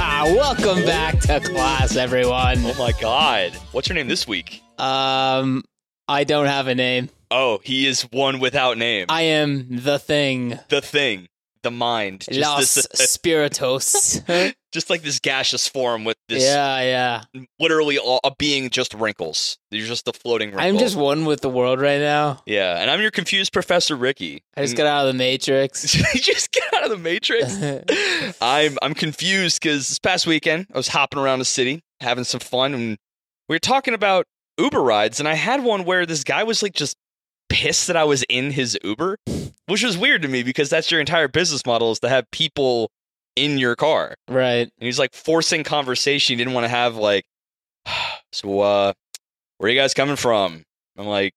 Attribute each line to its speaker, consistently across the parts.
Speaker 1: Ah, welcome back to class, everyone.
Speaker 2: Oh my god. What's your name this week?
Speaker 1: Um, I don't have a name.
Speaker 2: Oh, he is one without name.
Speaker 1: I am the thing,
Speaker 2: the thing. The mind. Just,
Speaker 1: Los
Speaker 2: this, uh,
Speaker 1: Spiritos. yeah,
Speaker 2: just like this gaseous form with this
Speaker 1: yeah.
Speaker 2: literally all, a being just wrinkles. You're just a floating wrinkle.
Speaker 1: I'm just one with the world right now.
Speaker 2: Yeah, and I'm your confused Professor Ricky.
Speaker 1: I just got out of the Matrix.
Speaker 2: You just get out of the Matrix. I'm I'm confused because this past weekend I was hopping around the city having some fun, and we were talking about Uber rides, and I had one where this guy was like just pissed that I was in his Uber, which was weird to me because that's your entire business model is to have people in your car,
Speaker 1: right.
Speaker 2: and he's like forcing conversation. He didn't want to have like, so uh, where are you guys coming from? I'm like.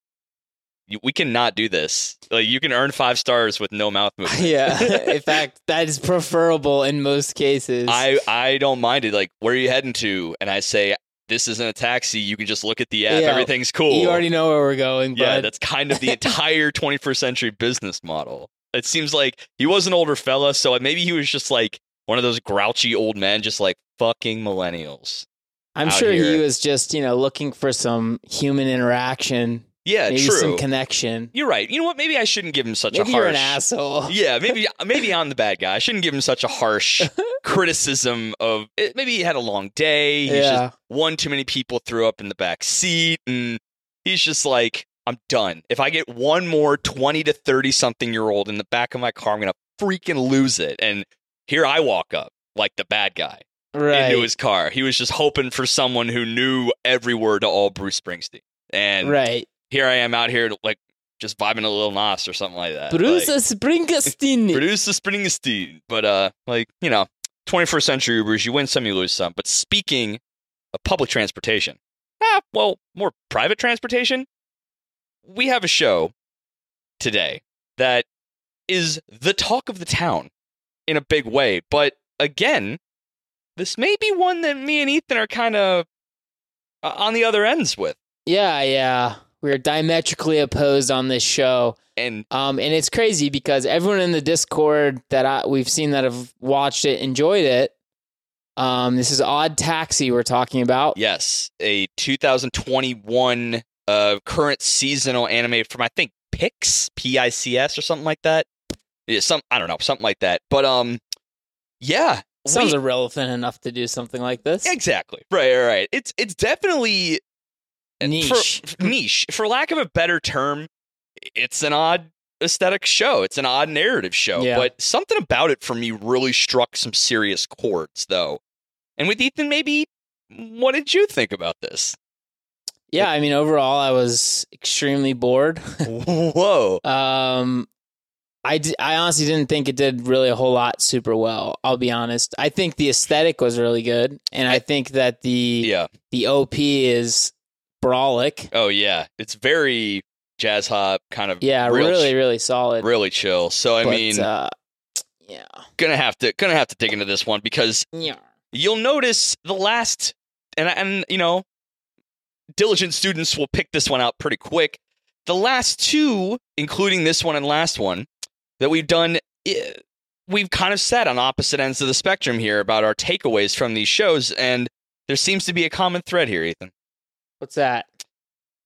Speaker 2: "You- We cannot do this. Like you can earn five stars with no mouth movement.
Speaker 1: Yeah. In fact, that is preferable in most cases.
Speaker 2: I I don't mind it. Like, where are you heading to? And I say, this isn't a taxi. You can just look at the app.
Speaker 1: Yeah.
Speaker 2: Everything's cool.
Speaker 1: You already know where we're going,
Speaker 2: Oh. yeah,
Speaker 1: but
Speaker 2: that's kind of the entire 21st century business model. It seems like he was an older fella, so uh, maybe he was just like one of those grouchy old men, just like fucking millennials.
Speaker 1: I'm
Speaker 2: out
Speaker 1: sure he
Speaker 2: here.
Speaker 1: was just, you know, looking for some human interaction,
Speaker 2: Yeah,
Speaker 1: maybe
Speaker 2: true.
Speaker 1: some connection.
Speaker 2: you're right. You know what? Maybe I shouldn't give him such
Speaker 1: Maybe
Speaker 2: a harsh.
Speaker 1: you're an asshole.
Speaker 2: Yeah, maybe maybe I'm the bad guy. I shouldn't give him such a harsh criticism of. It, maybe he had a long day. He's just
Speaker 1: yeah.
Speaker 2: one too many people threw up in the back seat and he's just like i'm done if i get one more 20 to 30 something year old in the back of my car i'm gonna freaking lose it and here i walk up like the bad guy
Speaker 1: right.
Speaker 2: into his car he was just hoping for someone who knew every word to all bruce springsteen and
Speaker 1: right.
Speaker 2: here i am out here like just vibing a little nas or something like that
Speaker 1: Bruce
Speaker 2: uh, like,
Speaker 1: Springsteen.
Speaker 2: produce the springsteen but uh like you know 21st century ubers you win some you lose some but speaking of public transportation. Ah, well, more private transportation. We have a show today that is the talk of the town in a big way. But again, this may be one that me and Ethan are kind of uh, on the other ends with.
Speaker 1: Yeah, yeah. We're diametrically opposed on this show.
Speaker 2: And
Speaker 1: Um, and it's crazy because everyone in the Discord that I, we've seen that have watched it enjoyed it. Um, this is Odd Taxi we're talking about.
Speaker 2: yes, a 2021 uh, current seasonal anime from I think Pix, P I C S or something like that. Yeah, some I don't know, something like that. But um yeah, we-
Speaker 1: Sounds irrelevant enough to do something like this.
Speaker 2: Exactly. Right, right, right. It's it's definitely eh,
Speaker 1: Niche.
Speaker 2: for, niche. For lack of a better term, it's an odd aesthetic show. It's an odd narrative show.
Speaker 1: Yeah.
Speaker 2: But something about it for me really struck some serious chords though. And with Ethan, maybe what did you think about this?
Speaker 1: Yeah, I mean, overall, I was extremely bored.
Speaker 2: Whoa.
Speaker 1: Um, I, d- I honestly didn't think it did really a whole lot super well. I'll be honest. I think the aesthetic was really good, and I think that the
Speaker 2: Yeah.
Speaker 1: the OP is brawlic.
Speaker 2: Oh yeah. It's very jazz hop kind of
Speaker 1: Yeah,
Speaker 2: real
Speaker 1: really,
Speaker 2: ch-
Speaker 1: really solid.
Speaker 2: really chill. So I
Speaker 1: But,
Speaker 2: mean,
Speaker 1: uh, yeah,
Speaker 2: gonna have to gonna have to dig into this one because
Speaker 1: yeah,
Speaker 2: you'll notice the last and and you know diligent students will pick this one out pretty quick the last two including this one and last one that we've done eh, we've kind of sat on opposite ends of the spectrum here about our takeaways from these shows and there seems to be a common thread here ethan
Speaker 1: What's that?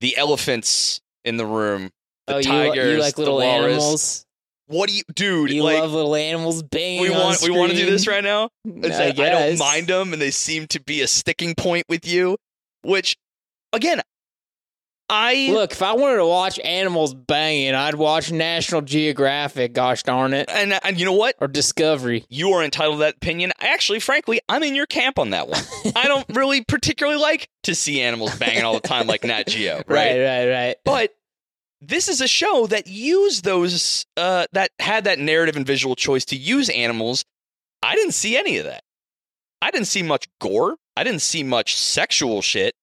Speaker 2: the elephants in the room the
Speaker 1: oh,
Speaker 2: tigers
Speaker 1: you, you like
Speaker 2: the
Speaker 1: little
Speaker 2: walrus.
Speaker 1: animals?
Speaker 2: what do you dude
Speaker 1: You
Speaker 2: like
Speaker 1: love little animals banging.
Speaker 2: we
Speaker 1: on
Speaker 2: want we want to do this
Speaker 1: screen?
Speaker 2: right now It's like, I, don't
Speaker 1: guess.
Speaker 2: mind them, and they seem to be a sticking point with you. Which, again, I
Speaker 1: Look, if I wanted to watch animals banging, I'd watch National Geographic. Gosh darn it,
Speaker 2: and and you know what?
Speaker 1: or Discovery.
Speaker 2: You are entitled to that opinion. I actually, frankly, I'm in your camp on that one. I don't really particularly like to see animals banging all the time like Nat Geo, right?
Speaker 1: Right, right, right.
Speaker 2: But this is a show that used those uh, that had that narrative and visual choice to use animals. I didn't see any of that. I didn't see much gore. I didn't see much sexual shit.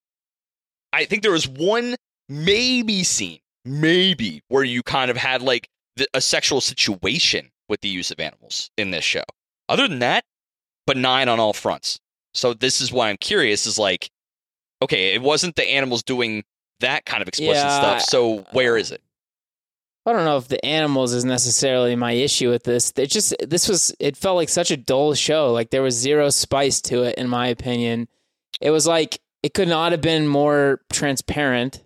Speaker 2: I think there was one maybe scene, maybe where you kind of had like the, a sexual situation with the use of animals in this show. Other than that, benign on all fronts. So this is why I'm curious is like okay, it wasn't the animals doing that kind of explicit
Speaker 1: Yeah,
Speaker 2: stuff. So where is it?
Speaker 1: I don't know if the animals is necessarily my issue with this. It just this was it felt like such a dull show. Like there was zero spice to it in my opinion. It was like it could not have been more transparent.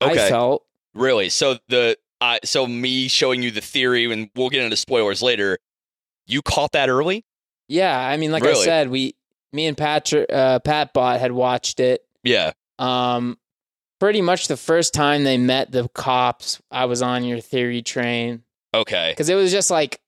Speaker 2: Okay.
Speaker 1: I felt
Speaker 2: Really? So the uh, so me showing you the theory, and we'll get into spoilers later. You caught that early?
Speaker 1: yeah. I mean, like I
Speaker 2: Really?
Speaker 1: said, we me and Patrick uh, Pat Bot had watched it.
Speaker 2: Yeah.
Speaker 1: Um, pretty much the first time they met the cops, I was on your theory train
Speaker 2: Okay.
Speaker 1: because it was just like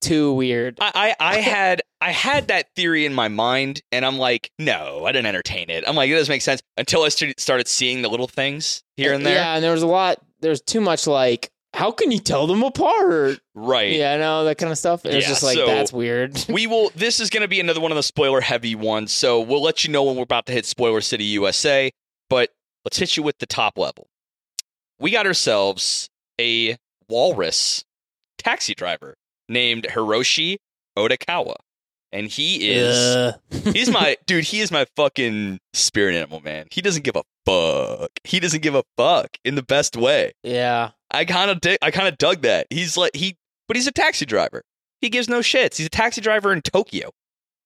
Speaker 1: too weird.
Speaker 2: I, I I had I had that theory in my mind, and I'm like, no, I didn't entertain it. I'm like, it doesn't make sense until I st- started seeing the little things here and there.
Speaker 1: Uh, Yeah, and there was a lot. There's too much like, how can you tell them apart?
Speaker 2: Right.
Speaker 1: Yeah, no, that kind of stuff. It was
Speaker 2: Yeah,
Speaker 1: just like
Speaker 2: so-
Speaker 1: that's weird.
Speaker 2: We will. This is going to be another one of the spoiler heavy ones, so we'll let you know when we're about to hit Spoiler City USA. But let's hit you with the top level. We got ourselves a walrus taxi driver named Hiroshi Odakawa, and he is
Speaker 1: Ugh.
Speaker 2: he's my dude. He is my fucking spirit animal, man. He doesn't give a fuck. He doesn't give a fuck in the best way.
Speaker 1: yeah,
Speaker 2: I kind of dig I kind of dug that. He's like he, but he's a taxi driver. He gives no shits. He's a taxi driver in Tokyo.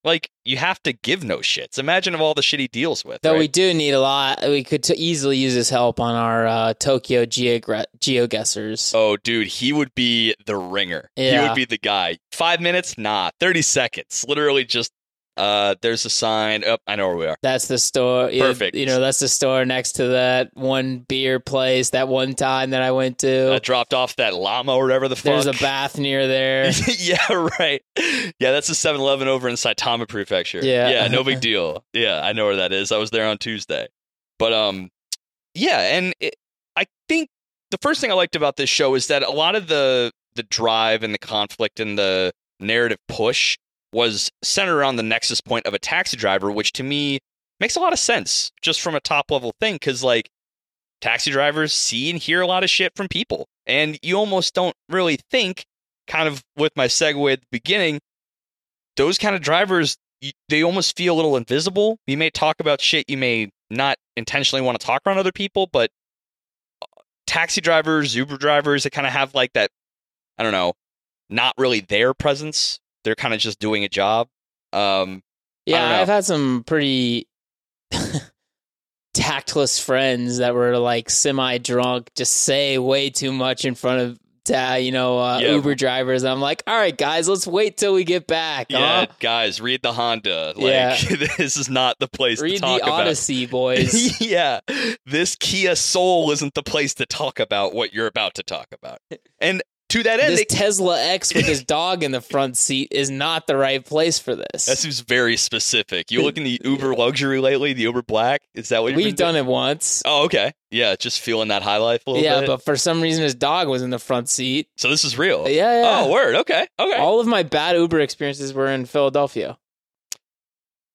Speaker 2: Like you have to give no shits. Imagine of all the shit he deals with.
Speaker 1: though we
Speaker 2: right?
Speaker 1: do need a lot. We could t- easily use his help on our uh, Tokyo geogra- geoguessers.
Speaker 2: oh, dude, he would be the ringer. He
Speaker 1: Yeah.
Speaker 2: would be the guy. Five minutes? Nah, thirty seconds. Literally, just uh, there's a sign. Up, I know where we are.
Speaker 1: That's the store. you-
Speaker 2: Perfect.
Speaker 1: You know, that's the store next to that one beer place. That one time that I went to.
Speaker 2: I dropped off that llama or whatever the fuck.
Speaker 1: Oh. There's a bath near there.
Speaker 2: yeah, right. Yeah, that's a 7-Eleven over in Saitama Prefecture.
Speaker 1: Yeah.
Speaker 2: Yeah, no big deal. Yeah, I know where that is. I was there on Tuesday. But um yeah, and it, I think the first thing I liked about this show is that a lot of the the drive and the conflict and the narrative push was centered around the nexus point of a taxi driver, which to me makes a lot of sense just from a top level thing cuz like taxi drivers see and hear a lot of shit from people. And you almost don't really think, kind of with my segue at the beginning, those kind of drivers, you, they almost feel a little invisible. You may talk about shit you may not intentionally want to talk around other people, but uh, taxi drivers, Uber drivers, they kind of have like that, I don't know, not really their presence. They're kind of just doing a job. Um, don't know.
Speaker 1: Yeah, I've had some pretty tactless friends that were like semi drunk, just say way too much in front of uh, you know uh,
Speaker 2: Yeah.
Speaker 1: Uber drivers. I'm like, all right, guys, let's wait till we get back.
Speaker 2: yeah,
Speaker 1: huh?
Speaker 2: oh, guys, read the Honda. Like,
Speaker 1: Yeah.
Speaker 2: this is not the place to
Speaker 1: read
Speaker 2: talk
Speaker 1: the
Speaker 2: about.
Speaker 1: Odyssey, boys.
Speaker 2: yeah, this Kia Soul isn't the place to talk about what you're about to talk about. And to that end,
Speaker 1: this
Speaker 2: they,
Speaker 1: Tesla X with his dog in the front seat is not the right place for this.
Speaker 2: that seems very specific. You look in the Uber luxury lately, the Uber Black. Is that what you've
Speaker 1: We've
Speaker 2: been doing?
Speaker 1: done it once.
Speaker 2: Oh, okay. Yeah, just feeling that high life a little
Speaker 1: yeah,
Speaker 2: bit.
Speaker 1: but for some reason his dog was in the front seat.
Speaker 2: so this is real.
Speaker 1: Yeah, yeah.
Speaker 2: Oh, word. Okay. Okay.
Speaker 1: All of my bad Uber experiences were in Philadelphia.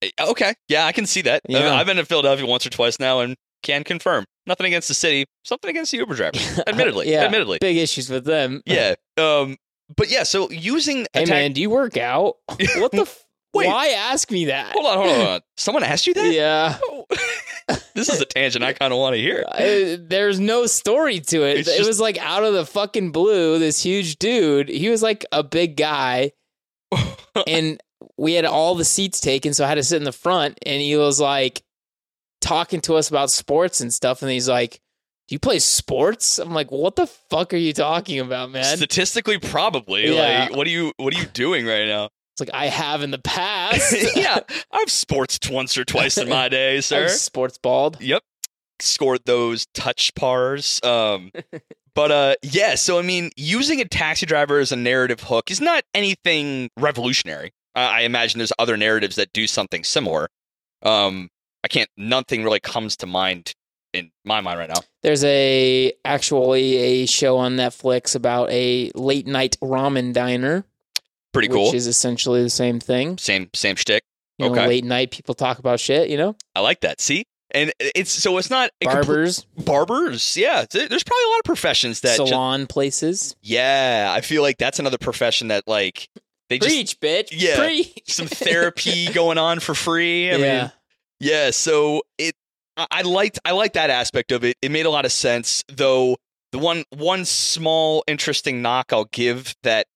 Speaker 2: Eh, Okay. Yeah, I can see that. I mean,
Speaker 1: Yeah.
Speaker 2: I've been to Philadelphia once or twice now and can confirm. Nothing against the city, something against the Uber driver. Admittedly.
Speaker 1: Yeah.
Speaker 2: Admittedly.
Speaker 1: Big issues with them.
Speaker 2: Yeah. Um, but yeah, so using
Speaker 1: Hey
Speaker 2: attack-
Speaker 1: man, do you work out? What the? F-
Speaker 2: Wait.
Speaker 1: Why ask me that?
Speaker 2: Hold on, hold on, hold on. Someone asked you that?
Speaker 1: Yeah,
Speaker 2: Oh. this is a tangent I kind of want to hear.
Speaker 1: I- there's no story to it.
Speaker 2: It's
Speaker 1: it
Speaker 2: just-
Speaker 1: was like out of the fucking blue. This huge dude. He was like a big guy, and we had all the seats taken, so I had to sit in the front. And he was like talking to us about sports and stuff. And he's like, "Do you play sports?" I'm like, "What the fuck are you talking about, man?"
Speaker 2: Statistically, probably.
Speaker 1: Yeah.
Speaker 2: Like, what are you? What are you doing right now?
Speaker 1: It's like I have in the past.
Speaker 2: yeah, I've sportsed once or twice in my day,
Speaker 1: I
Speaker 2: sir.
Speaker 1: was sports bald.
Speaker 2: Yep, scored those touch pars. Um, but uh, yeah. So I mean, using a taxi driver as a narrative hook is not anything revolutionary. I I imagine there's other narratives that do something similar. Um, I can't. Nothing really comes to mind in my mind right now.
Speaker 1: There's a actually a show on Netflix about a late night ramen diner,
Speaker 2: Pretty cool.
Speaker 1: which is essentially the same thing.
Speaker 2: same same shtick.
Speaker 1: You know,
Speaker 2: Okay.
Speaker 1: late night people talk about shit. You know,
Speaker 2: I like that. See, and uh, it's so it's not a compl-
Speaker 1: barbers,
Speaker 2: barbers. Yeah, There- there's probably a lot of professions that. ju-
Speaker 1: salon places.
Speaker 2: yeah, I feel like that's another profession that like they
Speaker 1: Preach,
Speaker 2: just
Speaker 1: bitch.
Speaker 2: Yeah.
Speaker 1: Preach.
Speaker 2: some therapy going on for free. I
Speaker 1: yeah,
Speaker 2: mean, yeah. So it, I, I liked I liked that aspect of it. It made a lot of sense, though. The one one small interesting knock I'll give that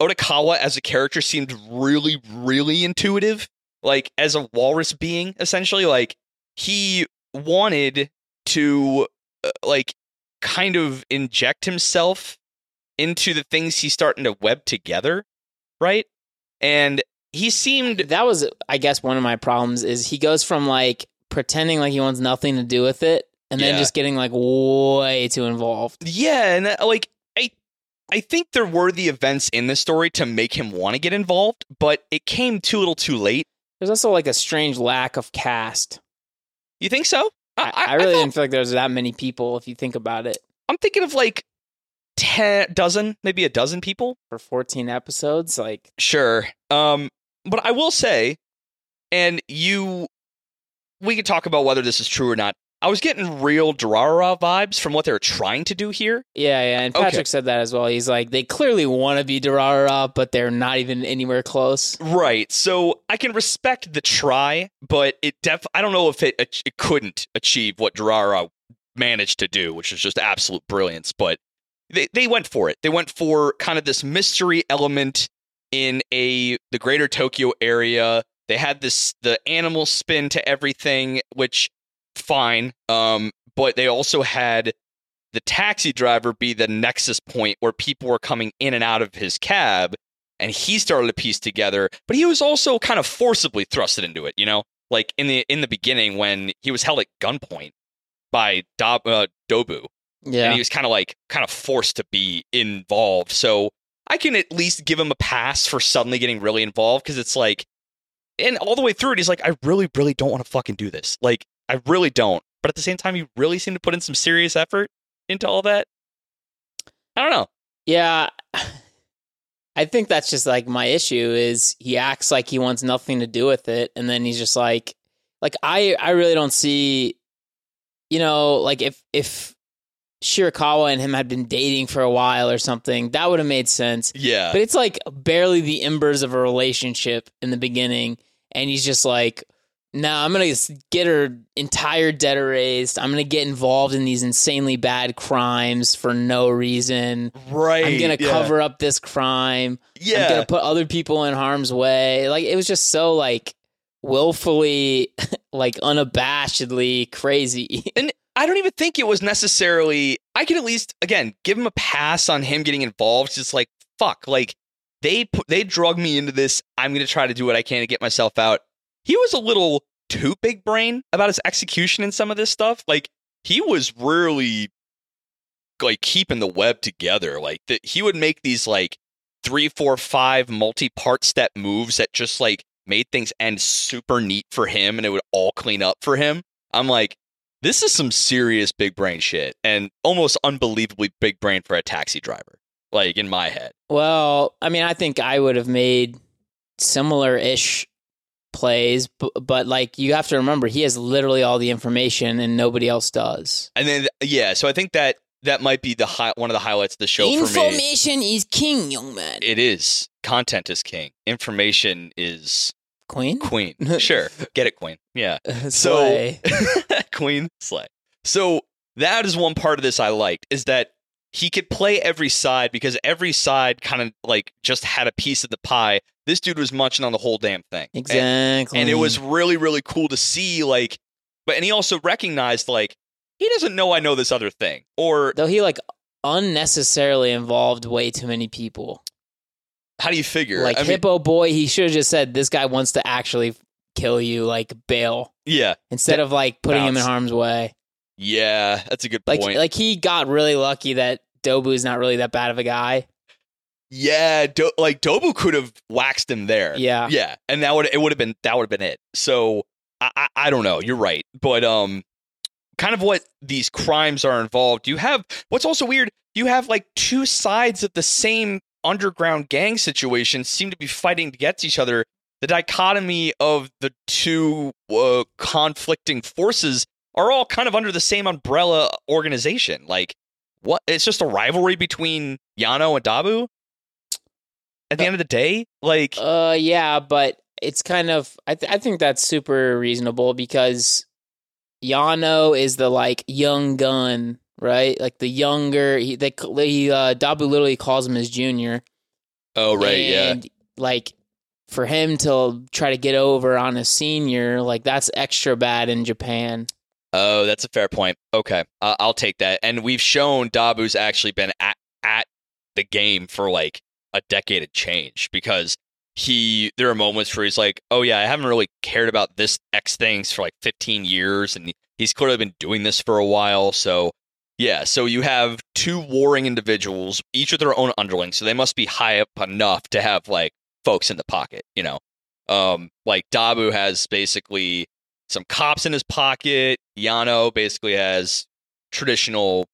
Speaker 2: Otakawa as a character seemed really really intuitive, like as a walrus being essentially like he wanted to uh, like kind of inject himself into the things he's starting to web together, right? And he seemed
Speaker 1: That was, I guess, one of my problems is he goes from like pretending like he wants nothing to do with it, and then
Speaker 2: Yeah.
Speaker 1: just getting like way too involved.
Speaker 2: Yeah, and uh, like I I think there were the events in this story to make him want to get involved, but it came too little too late.
Speaker 1: There's also like a strange lack of cast.
Speaker 2: You think so?
Speaker 1: I, I really
Speaker 2: thought-
Speaker 1: didn't feel like there was that many people if you think about it
Speaker 2: I'm thinking of like ten dozen, maybe a dozen people.
Speaker 1: for 14 episodes. Like,
Speaker 2: Sure. Um, but I will say, and you, we can talk about whether this is true or not. I was getting real Durara vibes from what they were trying to do here.
Speaker 1: yeah, yeah. And
Speaker 2: Okay.
Speaker 1: Patrick said that as well. He's like, they clearly want to be Durarara, but they're not even anywhere close.
Speaker 2: Right. So I can respect the try, but it def I don't know if it, ach- it couldn't achieve what Durara managed to do, which is just absolute brilliance, but they they went for it. They went for kind of this mystery element in a the greater Tokyo area. They had this the animal spin to everything, which fine. Um but they also had the taxi driver be the nexus point where people were coming in and out of his cab and he started to piece together but he was also kind of forcibly thrusted into it you know like in the in the beginning when he was held at gunpoint by Dob, uh, dobu and
Speaker 1: Yeah.
Speaker 2: he was kind of like kind of forced to be involved so i can at least give him a pass for suddenly getting really involved because it's like and all the way through it he's like i really really don't want to fucking do this like i really don't but at the same time he really seemed to put in some serious effort into all that i don't know
Speaker 1: Yeah. I think that's just like my issue is he acts like he wants nothing to do with it and then he's just like like I I really don't see you know like if if Shirakawa and him had been dating for a while or something that would have made sense.
Speaker 2: yeah
Speaker 1: But it's like barely the embers of a relationship in the beginning and he's just like no, I'm gonna s- get her entire debt erased. I'm gonna get involved in these insanely bad crimes for no reason.
Speaker 2: right
Speaker 1: I'm gonna
Speaker 2: yeah.
Speaker 1: cover up this crime.
Speaker 2: yeah
Speaker 1: I'm gonna put other people in harm's way. Like it was just so like willfully, like unabashedly crazy.
Speaker 2: I don't even think it was necessarily. I can at least again give him a pass on him getting involved. Just like fuck, like they put, they drug me into this. I'm gonna try to do what I can to get myself out. He was a little too big brain about his execution and some of this stuff. Like he was really like keeping the web together. Like that he would make these like three, four, five multi-part step moves that just like made things end super neat for him, and it would all clean up for him. I'm like this is some serious big brain shit and almost unbelievably big brain for a taxi driver like in my head
Speaker 1: well, I mean, I think I would have made similar ish plays, but, but like you have to remember, he has literally all the information and nobody else does.
Speaker 2: and then yeah so i think that that might be the high, one of the highlights of the show for me
Speaker 1: information is king, young man.
Speaker 2: it is content is king information is
Speaker 1: Queen.
Speaker 2: queen sure get it queen yeah
Speaker 1: Slay.
Speaker 2: Queen Slay. So that is one part of this I liked is that he could play every side because every side kind of like just had a piece of the pie. This dude was munching on the whole damn thing. And-
Speaker 1: exactly.
Speaker 2: and it was really really cool to see like but and he also recognized like he doesn't know i know this other thing or
Speaker 1: though he like unnecessarily involved way too many people.
Speaker 2: how do you figure
Speaker 1: like
Speaker 2: I mean,
Speaker 1: hippo boy he should have just said this guy wants to actually kill you like bail
Speaker 2: yeah
Speaker 1: instead of like putting him in
Speaker 2: Bounce.
Speaker 1: harm's way
Speaker 2: yeah that's a good
Speaker 1: like
Speaker 2: point
Speaker 1: like he got really lucky that dobu's not really that bad of a guy
Speaker 2: yeah do, like dobu could have waxed him there
Speaker 1: yeah
Speaker 2: yeah and that would it would have been that would have been it so I, I i don't know you're right but um kind of what these crimes are involved you have what's also weird you have like two sides of the same underground gang situation seem to be fighting against each other the dichotomy of the two uh, conflicting forces are all kind of under the same umbrella organization like what it's just a rivalry between yano and dabu at the end of the day like
Speaker 1: uh yeah but it's kind of i, th- I think that's super reasonable because yano is the like young gun right? Like the younger he they he uh, Dabu literally calls him his junior.
Speaker 2: Oh right, yeah.
Speaker 1: and like for him to try to get over on a senior, like that's extra bad in Japan.
Speaker 2: Oh, that's a fair point. Okay, uh, I'll take that. And we've shown Dabu's actually been at, at the game for like a decade of change because he there are moments where he's like, oh yeah, I haven't really cared about this X things for like 15 years, and he's clearly been doing this for a while. So yeah, so you have two warring individuals, each with their own underlings, so they must be high up enough to have like folks in the pocket, you know. Um, like Dabu has basically some cops in his pocket. Yano basically has traditional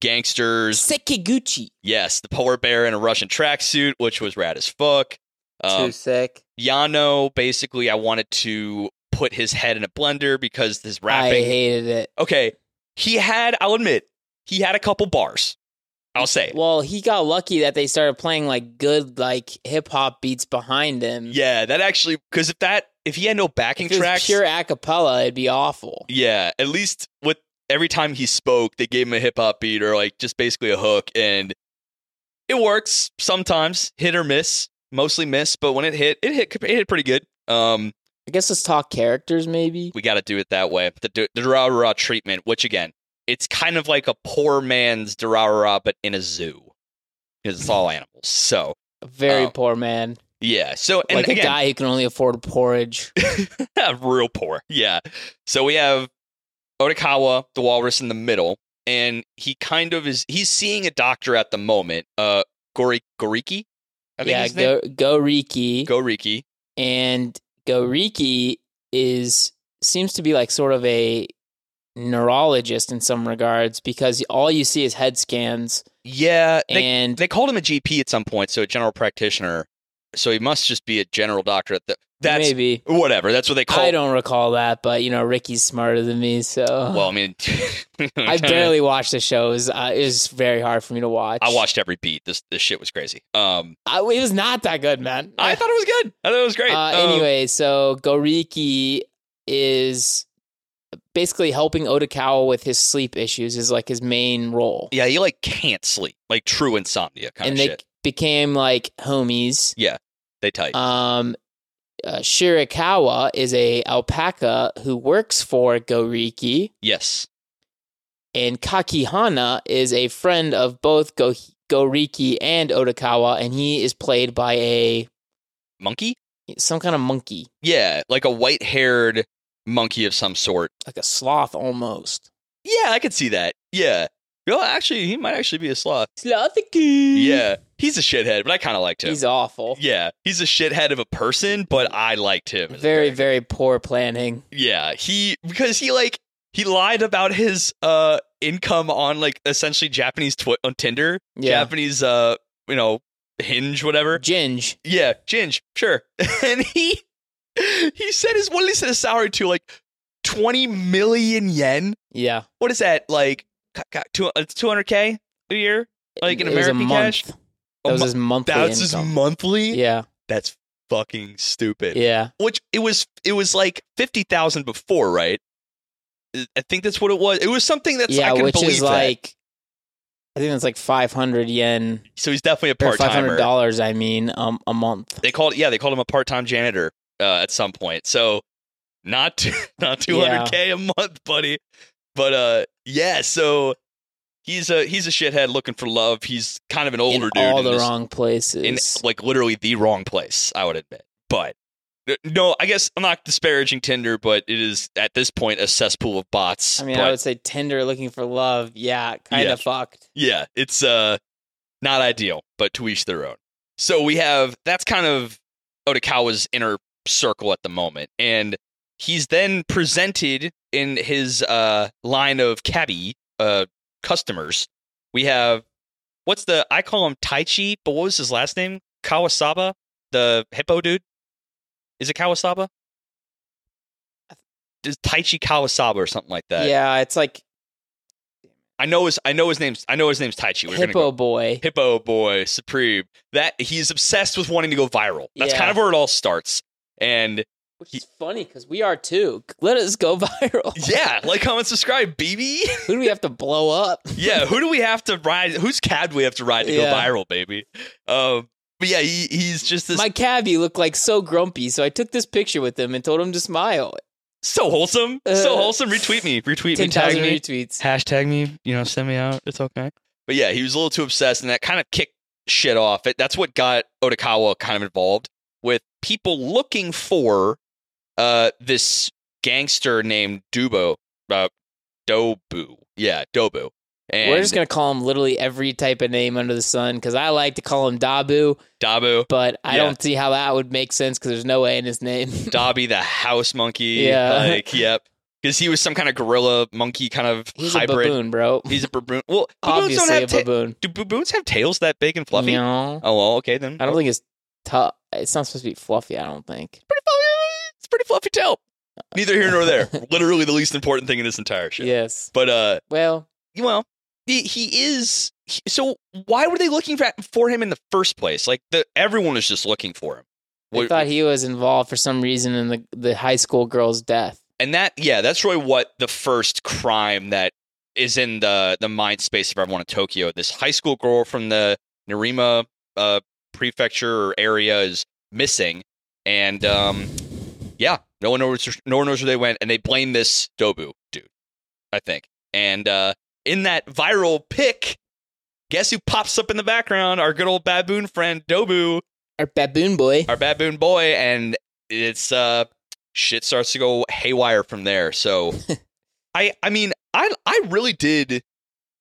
Speaker 2: gangsters.
Speaker 1: Sekiguchi.
Speaker 2: Yes, the polar bear in a Russian tracksuit, which was rad as fuck. Um,
Speaker 1: Too sick.
Speaker 2: Yano basically, I wanted to put his head in a blender because this
Speaker 1: I
Speaker 2: rapping.
Speaker 1: hated it.
Speaker 2: okay, he had. I'll admit, he had a couple bars. I'll say.
Speaker 1: Well, he got lucky that they started playing like good like hip hop beats behind him.
Speaker 2: Yeah, that actually because if that if he had no backing
Speaker 1: If it was
Speaker 2: tracks,
Speaker 1: pure acapella, it'd be awful.
Speaker 2: Yeah, at least with every time he spoke, they gave him a hip hop beat or like just basically a hook, and it works sometimes, hit or miss, mostly miss. But when it hit, it hit, it hit pretty good. Um,
Speaker 1: I guess let's talk characters, maybe.
Speaker 2: we got to do it that way. The du- the Durarara treatment, which again, it's kind of like a poor man's Durarara, but in a zoo, because it's
Speaker 1: Mm-hmm.
Speaker 2: all animals. So
Speaker 1: A very
Speaker 2: Oh.
Speaker 1: poor man,
Speaker 2: yeah, so and
Speaker 1: like
Speaker 2: again,
Speaker 1: a guy who can only afford porridge.
Speaker 2: real poor. Yeah. So we have Otakawa, the walrus, in the middle, and he kind of is. He's seeing a doctor at the moment. Uh, Gori Goriki. I think
Speaker 1: yeah,
Speaker 2: his name.
Speaker 1: go go Riki,
Speaker 2: Goriki.
Speaker 1: and go Riki is seems to be like sort of a neurologist in some regards because all you see is head scans
Speaker 2: Yeah. They,
Speaker 1: and
Speaker 2: they called him a GP at some point, so a general practitioner. So he must just be a general doctor at the. That's
Speaker 1: maybe
Speaker 2: whatever. That's what they call.
Speaker 1: I don't recall that, but you know Ricky's smarter than me, so
Speaker 2: Well, I mean,
Speaker 1: I barely watched the show. It was, uh, it was very hard for me to watch.
Speaker 2: I watched every beat. This this shit was crazy. Um,
Speaker 1: I, it was not that good, man.
Speaker 2: I thought it was good. I thought it was great.
Speaker 1: Uh,
Speaker 2: Um,
Speaker 1: anyway, so Goriki is basically helping Otakawa with his sleep issues is like his main role,
Speaker 2: yeah, he like can't sleep, like true insomnia kind
Speaker 1: and
Speaker 2: of
Speaker 1: they
Speaker 2: shit.
Speaker 1: became like homies.
Speaker 2: They type.
Speaker 1: Um, uh, Shirakawa is a alpaca who works for Goriki,
Speaker 2: yes.
Speaker 1: and Kakihana is a friend of both Go- Goriki and Otakawa, and he is played by a
Speaker 2: Monkey?
Speaker 1: some kind of monkey,
Speaker 2: Yeah, like a white haired monkey of some sort.
Speaker 1: like a sloth almost.
Speaker 2: Yeah, I could see that. Yeah. Well, actually, he might actually be a sloth.
Speaker 1: Slothicky.
Speaker 2: Yeah. He's a shithead, but I kind of liked him.
Speaker 1: He's awful.
Speaker 2: yeah. He's a shithead of a person, but I liked him. as a
Speaker 1: Very,
Speaker 2: character.
Speaker 1: very poor planning.
Speaker 2: Yeah. He, because he, like, he lied about his uh income on, like, essentially Japanese twi- on Tinder,
Speaker 1: Yeah.
Speaker 2: Japanese, uh, you know, hinge, whatever.
Speaker 1: Ginge.
Speaker 2: Yeah, Ginge, sure. And he he said his what did he set his salary to? Like twenty million yen.
Speaker 1: Yeah.
Speaker 2: What is that? Like two hundred k a year? Like in
Speaker 1: It was a
Speaker 2: American cash?
Speaker 1: month.
Speaker 2: A
Speaker 1: That was
Speaker 2: mo-
Speaker 1: his monthly
Speaker 2: that's his
Speaker 1: income.
Speaker 2: monthly.
Speaker 1: yeah.
Speaker 2: That's fucking stupid.
Speaker 1: Yeah.
Speaker 2: Which it was it was like fifty thousand before, right? I think that's what it was. It was something that's I
Speaker 1: yeah,
Speaker 2: can
Speaker 1: which
Speaker 2: believe
Speaker 1: is
Speaker 2: that.
Speaker 1: like I think it's like five hundred yen
Speaker 2: So he's definitely a
Speaker 1: or
Speaker 2: part
Speaker 1: five hundred
Speaker 2: timer.
Speaker 1: dollars, I mean, um a month.
Speaker 2: They called yeah, they called him a part time janitor uh, at some point. So not t- not two hundred k a month, buddy. But uh, yeah. So he's a he's a shithead looking for love. He's kind of an older
Speaker 1: in
Speaker 2: dude
Speaker 1: all
Speaker 2: in
Speaker 1: the
Speaker 2: this-
Speaker 1: wrong places.
Speaker 2: in like literally the wrong place. I would admit, but. uh, No, I guess I'm not disparaging Tinder, but it is at this point a cesspool of bots.
Speaker 1: I mean,
Speaker 2: but-
Speaker 1: I would say Tinder looking for love. Yeah, kind of
Speaker 2: Yeah.
Speaker 1: fucked.
Speaker 2: yeah, it's uh not ideal, but to each their own. So we have that's kind of Otakawa's inner circle at the moment, and he's then presented in his uh line of cabbie uh customers. We have what's the I call him Taichi, but what was his last name? Kawasaba, the hippo dude. Is it Kawasaba? Is Taichi Kawasaba or something like that?
Speaker 1: yeah, it's like
Speaker 2: I know his I know his name's I know his name's Taichi. We're gonna go
Speaker 1: hippo boy.
Speaker 2: Hippo Boy Supreme. That he's obsessed with wanting to go viral. That's
Speaker 1: Yeah.
Speaker 2: kind of where it all starts. And
Speaker 1: Which is funny because we are too. Let us go viral.
Speaker 2: Yeah, like, comment, subscribe, baby.
Speaker 1: Who do we have to blow up?
Speaker 2: yeah, who do we have to ride? Whose cab do we have to ride to
Speaker 1: Yeah.
Speaker 2: go viral, baby? Um, but yeah, he, he's just this
Speaker 1: My cabbie looked like so grumpy, so I took this picture with him and told him to smile.
Speaker 2: so wholesome, so
Speaker 1: Uh,
Speaker 2: wholesome. Retweet me, retweet me,
Speaker 1: Ten
Speaker 2: tag
Speaker 1: thousand
Speaker 2: me.
Speaker 1: retweets.
Speaker 2: hashtag me, you know, send me out. It's okay. But yeah, he was a little too obsessed, and that kind of kicked shit off. It, that's what got Otakawa kind of involved with people looking for uh, this gangster named Dubo, uh, Dobu. Yeah, Dobu. And
Speaker 1: We're just gonna call him literally every type of name under the sun because I like to call him Dabu,
Speaker 2: Dabu,
Speaker 1: but I
Speaker 2: Yeah.
Speaker 1: don't see how that would make sense because there's no A in his name.
Speaker 2: Dobby the house monkey.
Speaker 1: Yeah.
Speaker 2: Like, yep. Because he was some kind of gorilla monkey kind of
Speaker 1: He's
Speaker 2: hybrid.
Speaker 1: a baboon, bro.
Speaker 2: He's a baboon. Well, baboons don't
Speaker 1: Obviously
Speaker 2: have
Speaker 1: a
Speaker 2: ta-
Speaker 1: baboon.
Speaker 2: Do baboons have tails that big and fluffy?
Speaker 1: No.
Speaker 2: Oh, well, okay then.
Speaker 1: I don't think it's tough. It's not supposed to be fluffy. I don't think.
Speaker 2: pretty fluffy. It's pretty fluffy tail. Neither here nor there. Literally the least important thing in this entire show.
Speaker 1: Yes.
Speaker 2: But uh,
Speaker 1: Well,
Speaker 2: well, he, he is. he- so why were they looking for, for him in the first place? Like the everyone was just looking for him.
Speaker 1: I
Speaker 2: What-
Speaker 1: thought he was involved for some reason in the the high school girl's death.
Speaker 2: and that yeah, that's really what the first crime that is in the the mind space of everyone in Tokyo. This high school girl from the Narima uh, prefecture or area is missing, and um, yeah, no one knows no one knows where they went, and they blame this Dobu dude, I think. And uh, in that viral pic, guess who pops up in the background? Our good old baboon friend Dobu,
Speaker 1: Our baboon boy.
Speaker 2: our baboon boy, and it's uh, shit starts to go haywire from there. So, I I mean I I really did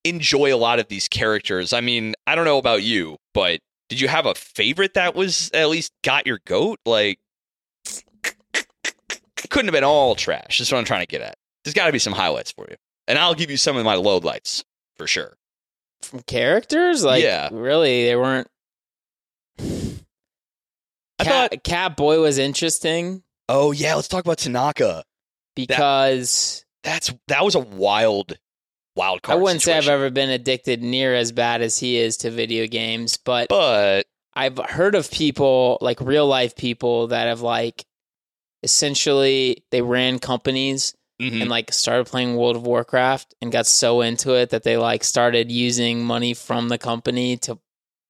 Speaker 2: enjoy a lot of these characters. I mean I don't know about you, but did you have a favorite that was at least got your goat? Like, it couldn't have been all trash. That's what I'm trying to get at. There's got to be some highlights for you, and I'll give you some of my low lights for sure.
Speaker 1: From characters, like
Speaker 2: Yeah.
Speaker 1: really, they weren't.
Speaker 2: I
Speaker 1: Cat,
Speaker 2: thought,
Speaker 1: Cat Boy was interesting
Speaker 2: oh yeah, let's talk about Tanaka.
Speaker 1: because
Speaker 2: That's that was a wild, wild
Speaker 1: I
Speaker 2: card.
Speaker 1: wouldn't say
Speaker 2: situation.
Speaker 1: I've ever been addicted near as bad as he is to video games, but
Speaker 2: But
Speaker 1: I've heard of people like real life people that have like essentially they ran companies
Speaker 2: mhm.
Speaker 1: and like started playing World of Warcraft and got so into it that they like started using money from the company to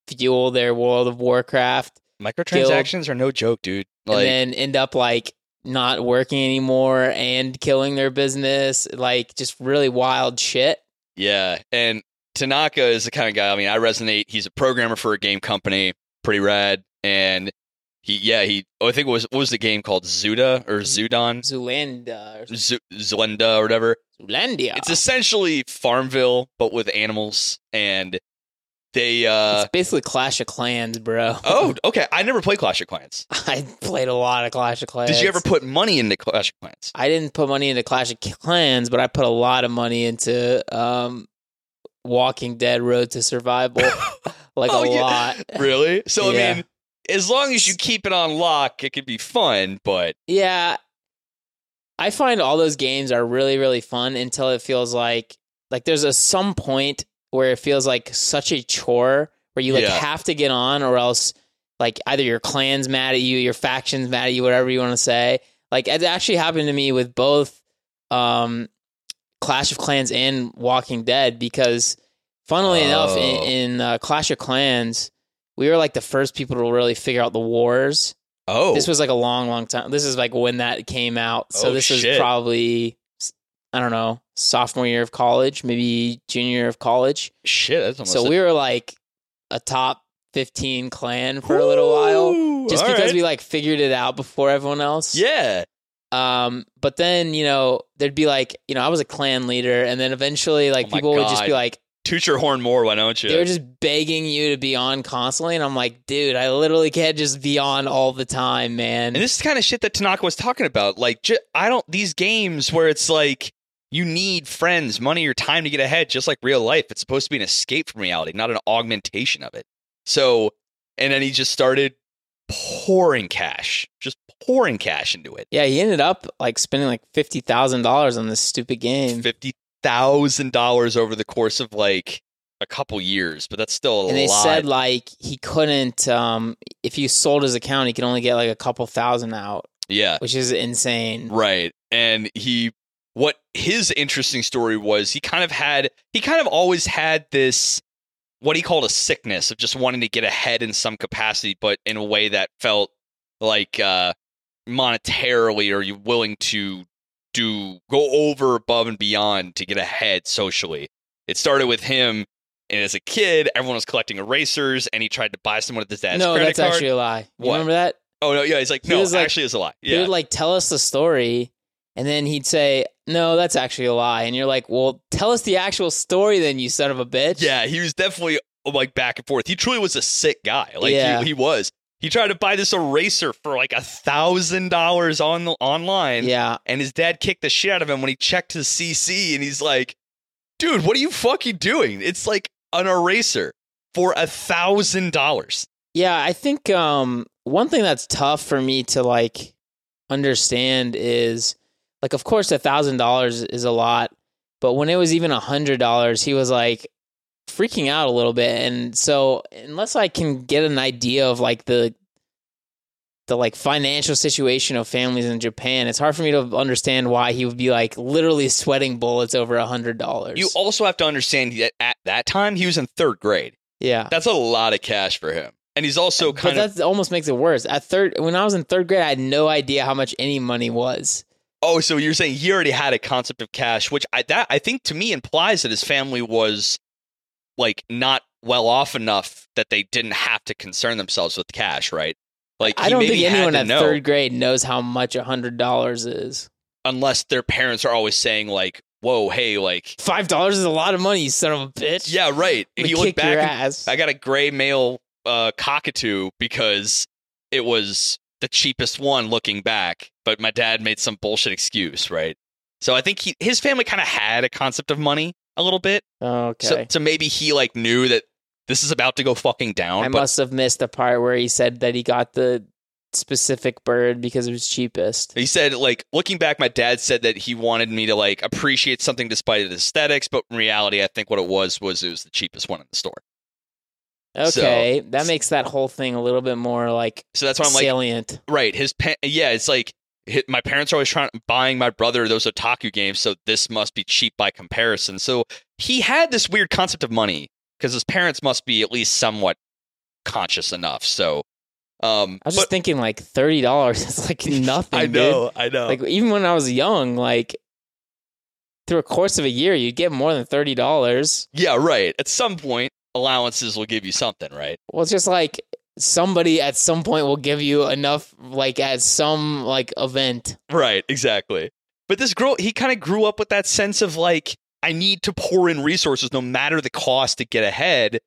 Speaker 1: fuel their World of Warcraft
Speaker 2: microtransactions are no joke, dude. Like,
Speaker 1: and then end up like not working anymore and killing their business like just really wild shit.
Speaker 2: Yeah, and Tanaka is the kind of guy. I mean, I resonate. He's a programmer for a game company, pretty rad. And he, yeah, he. Oh, I think it was what was the game called Zuda or
Speaker 1: Mm-hmm.
Speaker 2: Zudon,
Speaker 1: Zulanda or
Speaker 2: Z- Zulenda or whatever.
Speaker 1: Zulandia.
Speaker 2: It's essentially Farmville but with animals, and they. uh
Speaker 1: It's basically Clash of Clans, bro.
Speaker 2: Oh, okay. I never played Clash of Clans.
Speaker 1: I played a lot of Clash of Clans.
Speaker 2: Did you ever put money into Clash of Clans?
Speaker 1: I didn't put money into Clash of Clans, but I put a lot of money into um, Walking Dead Road to Survival. like
Speaker 2: Oh,
Speaker 1: a
Speaker 2: yeah.
Speaker 1: lot.
Speaker 2: Really? So I
Speaker 1: Yeah.
Speaker 2: mean, as long as you keep it on lock, it could be fun. But
Speaker 1: Yeah. I find all those games are really, really fun until it feels like like there's a some point where it feels like such a chore where you like
Speaker 2: Yeah.
Speaker 1: have to get on or else like either your clan's mad at you, your faction's mad at you, whatever you want to say. Like it actually happened to me with both um Clash of Clans and Walking Dead because funnily enough
Speaker 2: Oh.
Speaker 1: in, in uh, Clash of Clans we were like the first people to really figure out the wars
Speaker 2: oh,
Speaker 1: this was like a long, long time. This is like when that came out. So
Speaker 2: Oh,
Speaker 1: this is
Speaker 2: shit.
Speaker 1: probably, I don't know, sophomore year of college, maybe junior year of college.
Speaker 2: shit. That's almost
Speaker 1: so we were like a top 15 clan for a little while
Speaker 2: Ooh,
Speaker 1: just
Speaker 2: all
Speaker 1: because
Speaker 2: right.
Speaker 1: we like figured it out before everyone else.
Speaker 2: yeah
Speaker 1: Um, but then, you know, there'd be like, you know, I was a clan leader and then eventually like
Speaker 2: Oh my
Speaker 1: people would just
Speaker 2: God.
Speaker 1: be like,
Speaker 2: toot your horn more why don't you
Speaker 1: they were just begging you to be on constantly. And I'm like, dude, I literally can't just be on all the time, man.
Speaker 2: and this is the kind of shit that tanaka was talking about like ju- i don't these games where it's like you need friends money or time to get ahead just like real life it's supposed to be an escape from reality not an augmentation of it so and then he just started pouring cash just pouring cash into it
Speaker 1: Yeah, he ended up like spending like fifty thousand dollars on this stupid game,
Speaker 2: $50000 over the course of like a couple years but that's still a
Speaker 1: and they
Speaker 2: lot
Speaker 1: said like he couldn't. Um, if you sold his account, he could only get like a couple thousand out.
Speaker 2: Yeah.
Speaker 1: which is insane.
Speaker 2: Right. And he what his interesting story was, he kind of had he kind of always had this what he called a sickness of just wanting to get ahead in some capacity, but in a way that felt like uh monetarily are you willing to do go over above and beyond to get ahead socially. It started with him and as a kid, everyone was collecting erasers and he tried to buy someone at his dad's
Speaker 1: no,
Speaker 2: credit
Speaker 1: that's
Speaker 2: card.
Speaker 1: actually a lie. You
Speaker 2: What?
Speaker 1: remember that?
Speaker 2: oh no, yeah, he's like,
Speaker 1: He
Speaker 2: no,
Speaker 1: was like-
Speaker 2: actually it's a lie.
Speaker 1: He
Speaker 2: Yeah.
Speaker 1: would like tell us the story, and then he'd say, "No, that's actually a lie," and you're like, "Well, tell us the actual story, then, you son of a bitch."
Speaker 2: Yeah, he was definitely like back and forth. He truly was a sick guy. Like
Speaker 1: Yeah.
Speaker 2: he, he was. He tried to buy this eraser for like a thousand dollars on the online,
Speaker 1: yeah.
Speaker 2: and his dad kicked the shit out of him when he checked his CC, and he's like, "Dude, what are you fucking doing? It's like an eraser for a thousand dollars."
Speaker 1: Yeah, I think um one thing that's tough for me to like understand is like of course a thousand dollars is a lot, but when it was even a hundred dollars, he was like freaking out a little bit. And so unless I can get an idea of like the the like financial situation of families in Japan, it's hard for me to understand why he would be like literally sweating bullets over a hundred dollars.
Speaker 2: You also have to understand that at that time he was in third grade.
Speaker 1: yeah.
Speaker 2: That's a lot of cash for him, and he's also
Speaker 1: But
Speaker 2: kind of
Speaker 1: that almost makes it worse. At third, when I was in third grade, I had no idea how much any money was.
Speaker 2: Oh, so you're saying he already had a concept of cash, which I that I think to me implies that his family was like not well off enough that they didn't have to concern themselves with cash, right? Like
Speaker 1: I
Speaker 2: he
Speaker 1: don't
Speaker 2: maybe
Speaker 1: think
Speaker 2: had
Speaker 1: anyone
Speaker 2: to
Speaker 1: at
Speaker 2: know,
Speaker 1: third grade knows how much a hundred dollars is.
Speaker 2: unless their parents are always saying like, "Whoa, hey, like,
Speaker 1: Five dollars is a lot of money, you son of a bitch.
Speaker 2: yeah, right."
Speaker 1: I'm gonna
Speaker 2: He looked
Speaker 1: kick your
Speaker 2: back. And,
Speaker 1: ass.
Speaker 2: I got a gray male uh, cockatoo because it was the cheapest one looking back, but my dad made some bullshit excuse, right? So I think he, his family kind of had a concept of money a little bit.
Speaker 1: Oh, okay,
Speaker 2: So, so maybe he like knew that this is about to go fucking down.
Speaker 1: I
Speaker 2: but
Speaker 1: must have missed the part where he said that he got the specific bird because it was cheapest.
Speaker 2: he said like looking back, my dad said that he wanted me to like appreciate something despite its aesthetics, but in reality, I think what it was was it was the cheapest one in the store.
Speaker 1: Okay, that makes that whole thing a little bit more like
Speaker 2: So that's why I'm like,
Speaker 1: salient.
Speaker 2: right, his pa- yeah, it's like hi- my parents are always trying buying my brother those otaku games, so this must be cheap by comparison. So he had this weird concept of money because his parents must be at least somewhat conscious enough. So, um,
Speaker 1: I was just
Speaker 2: but-
Speaker 1: thinking like thirty dollars is like nothing.
Speaker 2: I
Speaker 1: dude.
Speaker 2: know, I know,
Speaker 1: Like even when I was young, like through a course of a year, you'd get more than thirty dollars.
Speaker 2: Yeah, right. At some point, allowances will give you something, right?
Speaker 1: Well, it's just like somebody at some point will give you enough, like at some like event.
Speaker 2: Right, exactly. But this girl, he kind of grew up with that sense of like, I need to pour in resources no matter the cost to get ahead.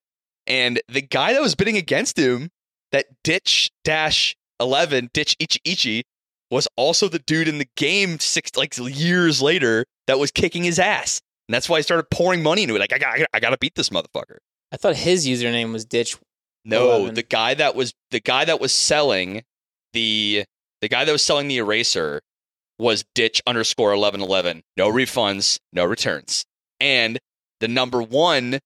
Speaker 2: And the guy that was bidding against him, that ditch dash 11, ditch ichi ichi, was also the dude in the game six like years later that was kicking his ass. And that's why I started pouring money into it. Like, I got, I got to beat this motherfucker.
Speaker 1: I thought his username was Ditch.
Speaker 2: No,
Speaker 1: 11.
Speaker 2: the guy that was the guy that was selling the the guy that was selling the eraser was ditch underscore eleven eleven. No refunds, no returns. And the number one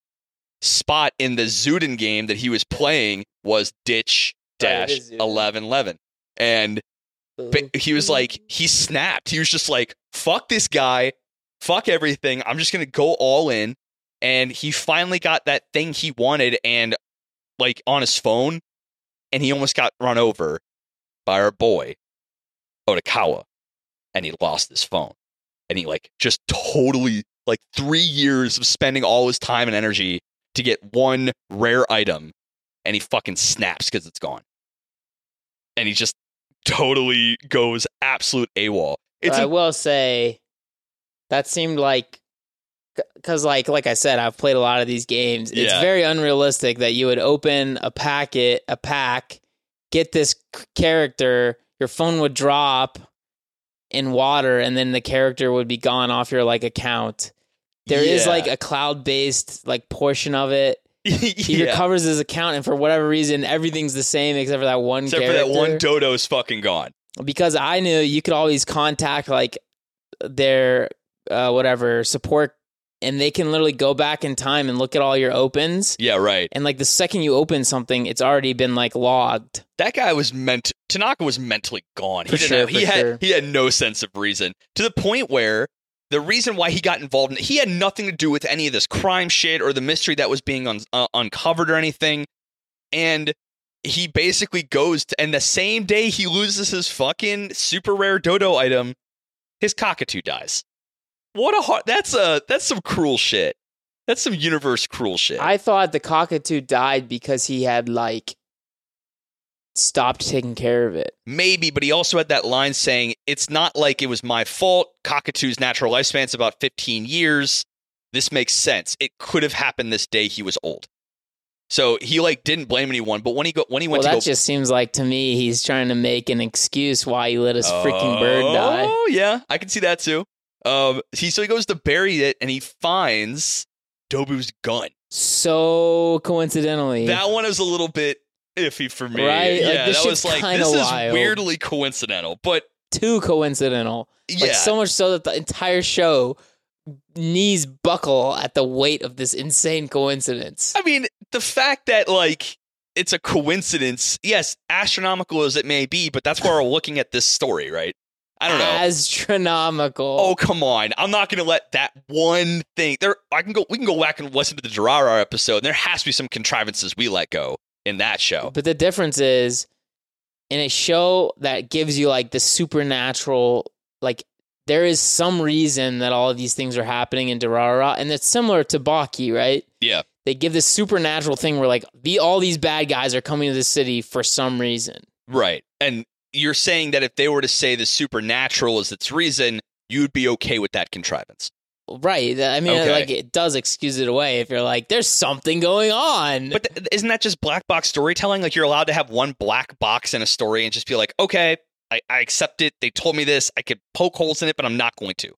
Speaker 2: spot in the Zuden game that he was playing was
Speaker 1: Oh,
Speaker 2: ditch
Speaker 1: it
Speaker 2: dash
Speaker 1: is Zuden.
Speaker 2: eleven eleven. And ba- he was like he snapped. He was just like, fuck this guy, fuck everything. I'm just gonna go all in. And he finally got that thing he wanted and like on his phone, and he almost got run over by our boy, Otakawa, and he lost his phone. And he like just totally like three years of spending all his time and energy to get one rare item, and he fucking snaps because it's gone. And he just totally goes absolute AWOL. It's
Speaker 1: I
Speaker 2: a-
Speaker 1: will say that seemed like because like like I said, I've played a lot of these games. It's
Speaker 2: Yeah.
Speaker 1: very unrealistic that you would open a packet, a pack, get this c- character, your phone would drop in water, and then the character would be gone off your like account. There is
Speaker 2: Yeah.
Speaker 1: like a cloud based like portion of it. He
Speaker 2: yeah.
Speaker 1: recovers his account, and for whatever reason, everything's the same except for that one.
Speaker 2: Except
Speaker 1: character
Speaker 2: for that one dodo's fucking gone.
Speaker 1: because I knew you could always contact like their uh, whatever support and they can literally go back in time and look at all your opens.
Speaker 2: Yeah, right.
Speaker 1: And like the second you open something, it's already been like logged.
Speaker 2: That guy was meant. Tanaka was mentally gone. He
Speaker 1: For
Speaker 2: didn't
Speaker 1: sure,
Speaker 2: have, he
Speaker 1: for
Speaker 2: had
Speaker 1: sure.
Speaker 2: he had no sense of reason to the point where the reason why he got involved in he had nothing to do with any of this crime shit or the mystery that was being un, uh, uncovered or anything, and he basically goes to, and the same day he loses his fucking super rare dodo item, his cockatoo dies. What a hard. That's a that's some cruel shit. That's some universe cruel shit.
Speaker 1: I thought the cockatoo died because he had like stopped taking care of it.
Speaker 2: Maybe, but he also had that line saying, It's not like it was my fault. Cockatoo's natural lifespan's about 15 years. This makes sense. It could have happened this day he was old. So he like didn't blame anyone, but when he go when he
Speaker 1: Well,
Speaker 2: went
Speaker 1: that
Speaker 2: to go
Speaker 1: just seems like to me he's trying to make an excuse why he let his freaking bird die.
Speaker 2: Oh yeah, I can see that too. Um he so he goes to bury it and he finds Dobu's gun.
Speaker 1: So coincidentally,
Speaker 2: That one is a little bit iffy for me.
Speaker 1: Right? Like,
Speaker 2: Yeah,
Speaker 1: this
Speaker 2: that
Speaker 1: shit's
Speaker 2: was like
Speaker 1: kinda
Speaker 2: this is
Speaker 1: wild.
Speaker 2: weirdly coincidental, but
Speaker 1: too coincidental.
Speaker 2: yeah.
Speaker 1: Like so much so that the entire show knees buckle at the weight of this insane coincidence.
Speaker 2: I mean, the fact that like it's a coincidence, yes, astronomical as it may be, but that's why we're looking at this story, right? I don't know.
Speaker 1: Astronomical.
Speaker 2: Oh come on! I'm not going to let that one thing. There, I can go. We can go back and listen to the Durara episode. And there has to be some contrivances we let go in that show.
Speaker 1: But the difference is in a show that gives you like the supernatural, like there is some reason that all of these things are happening in Durarara, and it's similar to Baki, right?
Speaker 2: Yeah.
Speaker 1: They give this supernatural thing where like the all these bad guys are coming to the city for some reason.
Speaker 2: Right. And you're saying that if they were to say the supernatural is its reason, you'd be okay with that contrivance.
Speaker 1: Right. I mean
Speaker 2: Okay.
Speaker 1: like it does excuse it away if you're like, there's something going on.
Speaker 2: But th- isn't that just black box storytelling? Like you're allowed to have one black box in a story and just be like, okay, I, I accept it. They told me this. I could poke holes in it, but I'm not going to.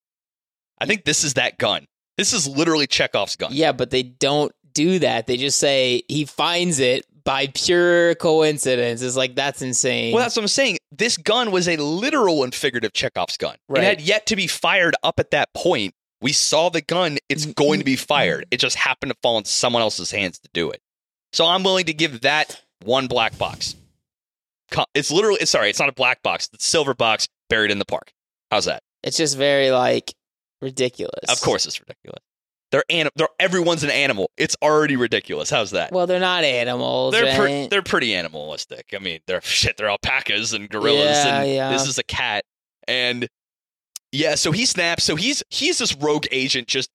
Speaker 2: I think this is that gun. This is literally Chekhov's gun.
Speaker 1: Yeah, but they don't do that. They just say he finds it by pure coincidence. It's like that's insane.
Speaker 2: Well, that's what I'm saying. This gun was a literal and figurative Chekhov's gun.
Speaker 1: Right.
Speaker 2: It had yet to be fired up at that point. We saw the gun. It's going to be fired. It just happened to fall in someone else's hands to do it. So I'm willing to give that one black box. Co- It's literally, it's- sorry, it's not a black box. It's a silver box buried in the park. How's that?
Speaker 1: it's just very like ridiculous.
Speaker 2: Of course, it's ridiculous. They're, anim- they're everyone's an animal. It's already ridiculous. How's that?
Speaker 1: Well, they're not animals.
Speaker 2: they're
Speaker 1: right?
Speaker 2: pre- they're pretty animalistic. I mean, they're shit. They're alpacas and gorillas,
Speaker 1: Yeah,
Speaker 2: and
Speaker 1: yeah.
Speaker 2: this is a cat. And yeah, so he snaps. So he's he's this rogue agent just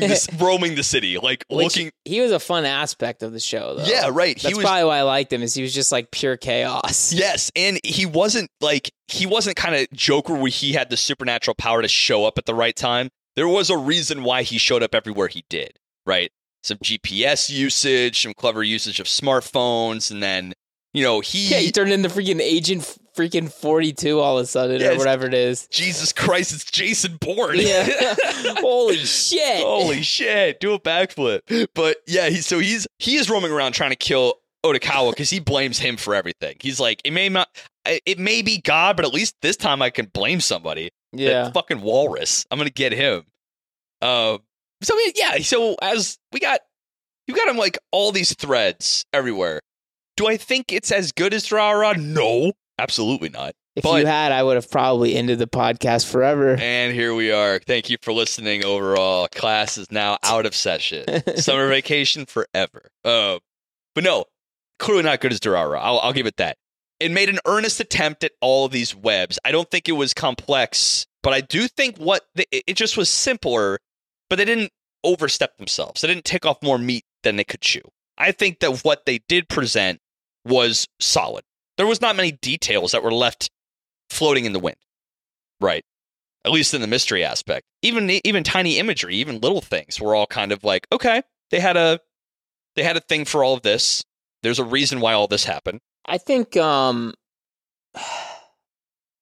Speaker 2: this roaming the city, like
Speaker 1: Which-
Speaker 2: looking.
Speaker 1: He was a fun aspect of the show, though.
Speaker 2: Yeah, right.
Speaker 1: That's
Speaker 2: he was
Speaker 1: probably why I liked him. Is he was just like pure chaos.
Speaker 2: yes, and he wasn't like he wasn't kind of Joker where he had the supernatural power to show up at the right time. There was a reason why he showed up everywhere he did. Right, some GPS usage, some clever usage of smartphones, and then you know he
Speaker 1: Yeah, he turned into freaking agent freaking forty two all of a sudden
Speaker 2: Yeah,
Speaker 1: or
Speaker 2: it's-
Speaker 1: whatever it is.
Speaker 2: Jesus Christ, it's Jason Bourne.
Speaker 1: Yeah. Holy shit.
Speaker 2: Holy shit, do a backflip. But yeah, he, so he's he is roaming around trying to kill Otakawa because he blames him for everything. He's like, it may not I- it may be God, but at least this time I can blame somebody. That
Speaker 1: Yeah.
Speaker 2: fucking walrus. I'm gonna get him. Uh, so we- yeah, so as we got you got him like all these threads everywhere. Do I think it's as good as Drara? No. Absolutely not.
Speaker 1: If
Speaker 2: but-
Speaker 1: you had, I would have probably ended the podcast forever.
Speaker 2: And here we are. Thank you for listening overall. Class is now out of session. Summer vacation forever. Uh, but no, clearly not good as Durara. I'll, I'll give it that. It made an earnest attempt at all of these webs. I don't think it was complex, but I do think what the, it it just was simpler, but they didn't overstep themselves. They didn't take off more meat than they could chew. I think that what they did present was solid. There was not many details that were left floating in the wind. Right at least in the mystery aspect. Even even tiny imagery, even little things were all kind of like, okay, they had a they had a thing for all of this. There's a reason why all this happened.
Speaker 1: I think um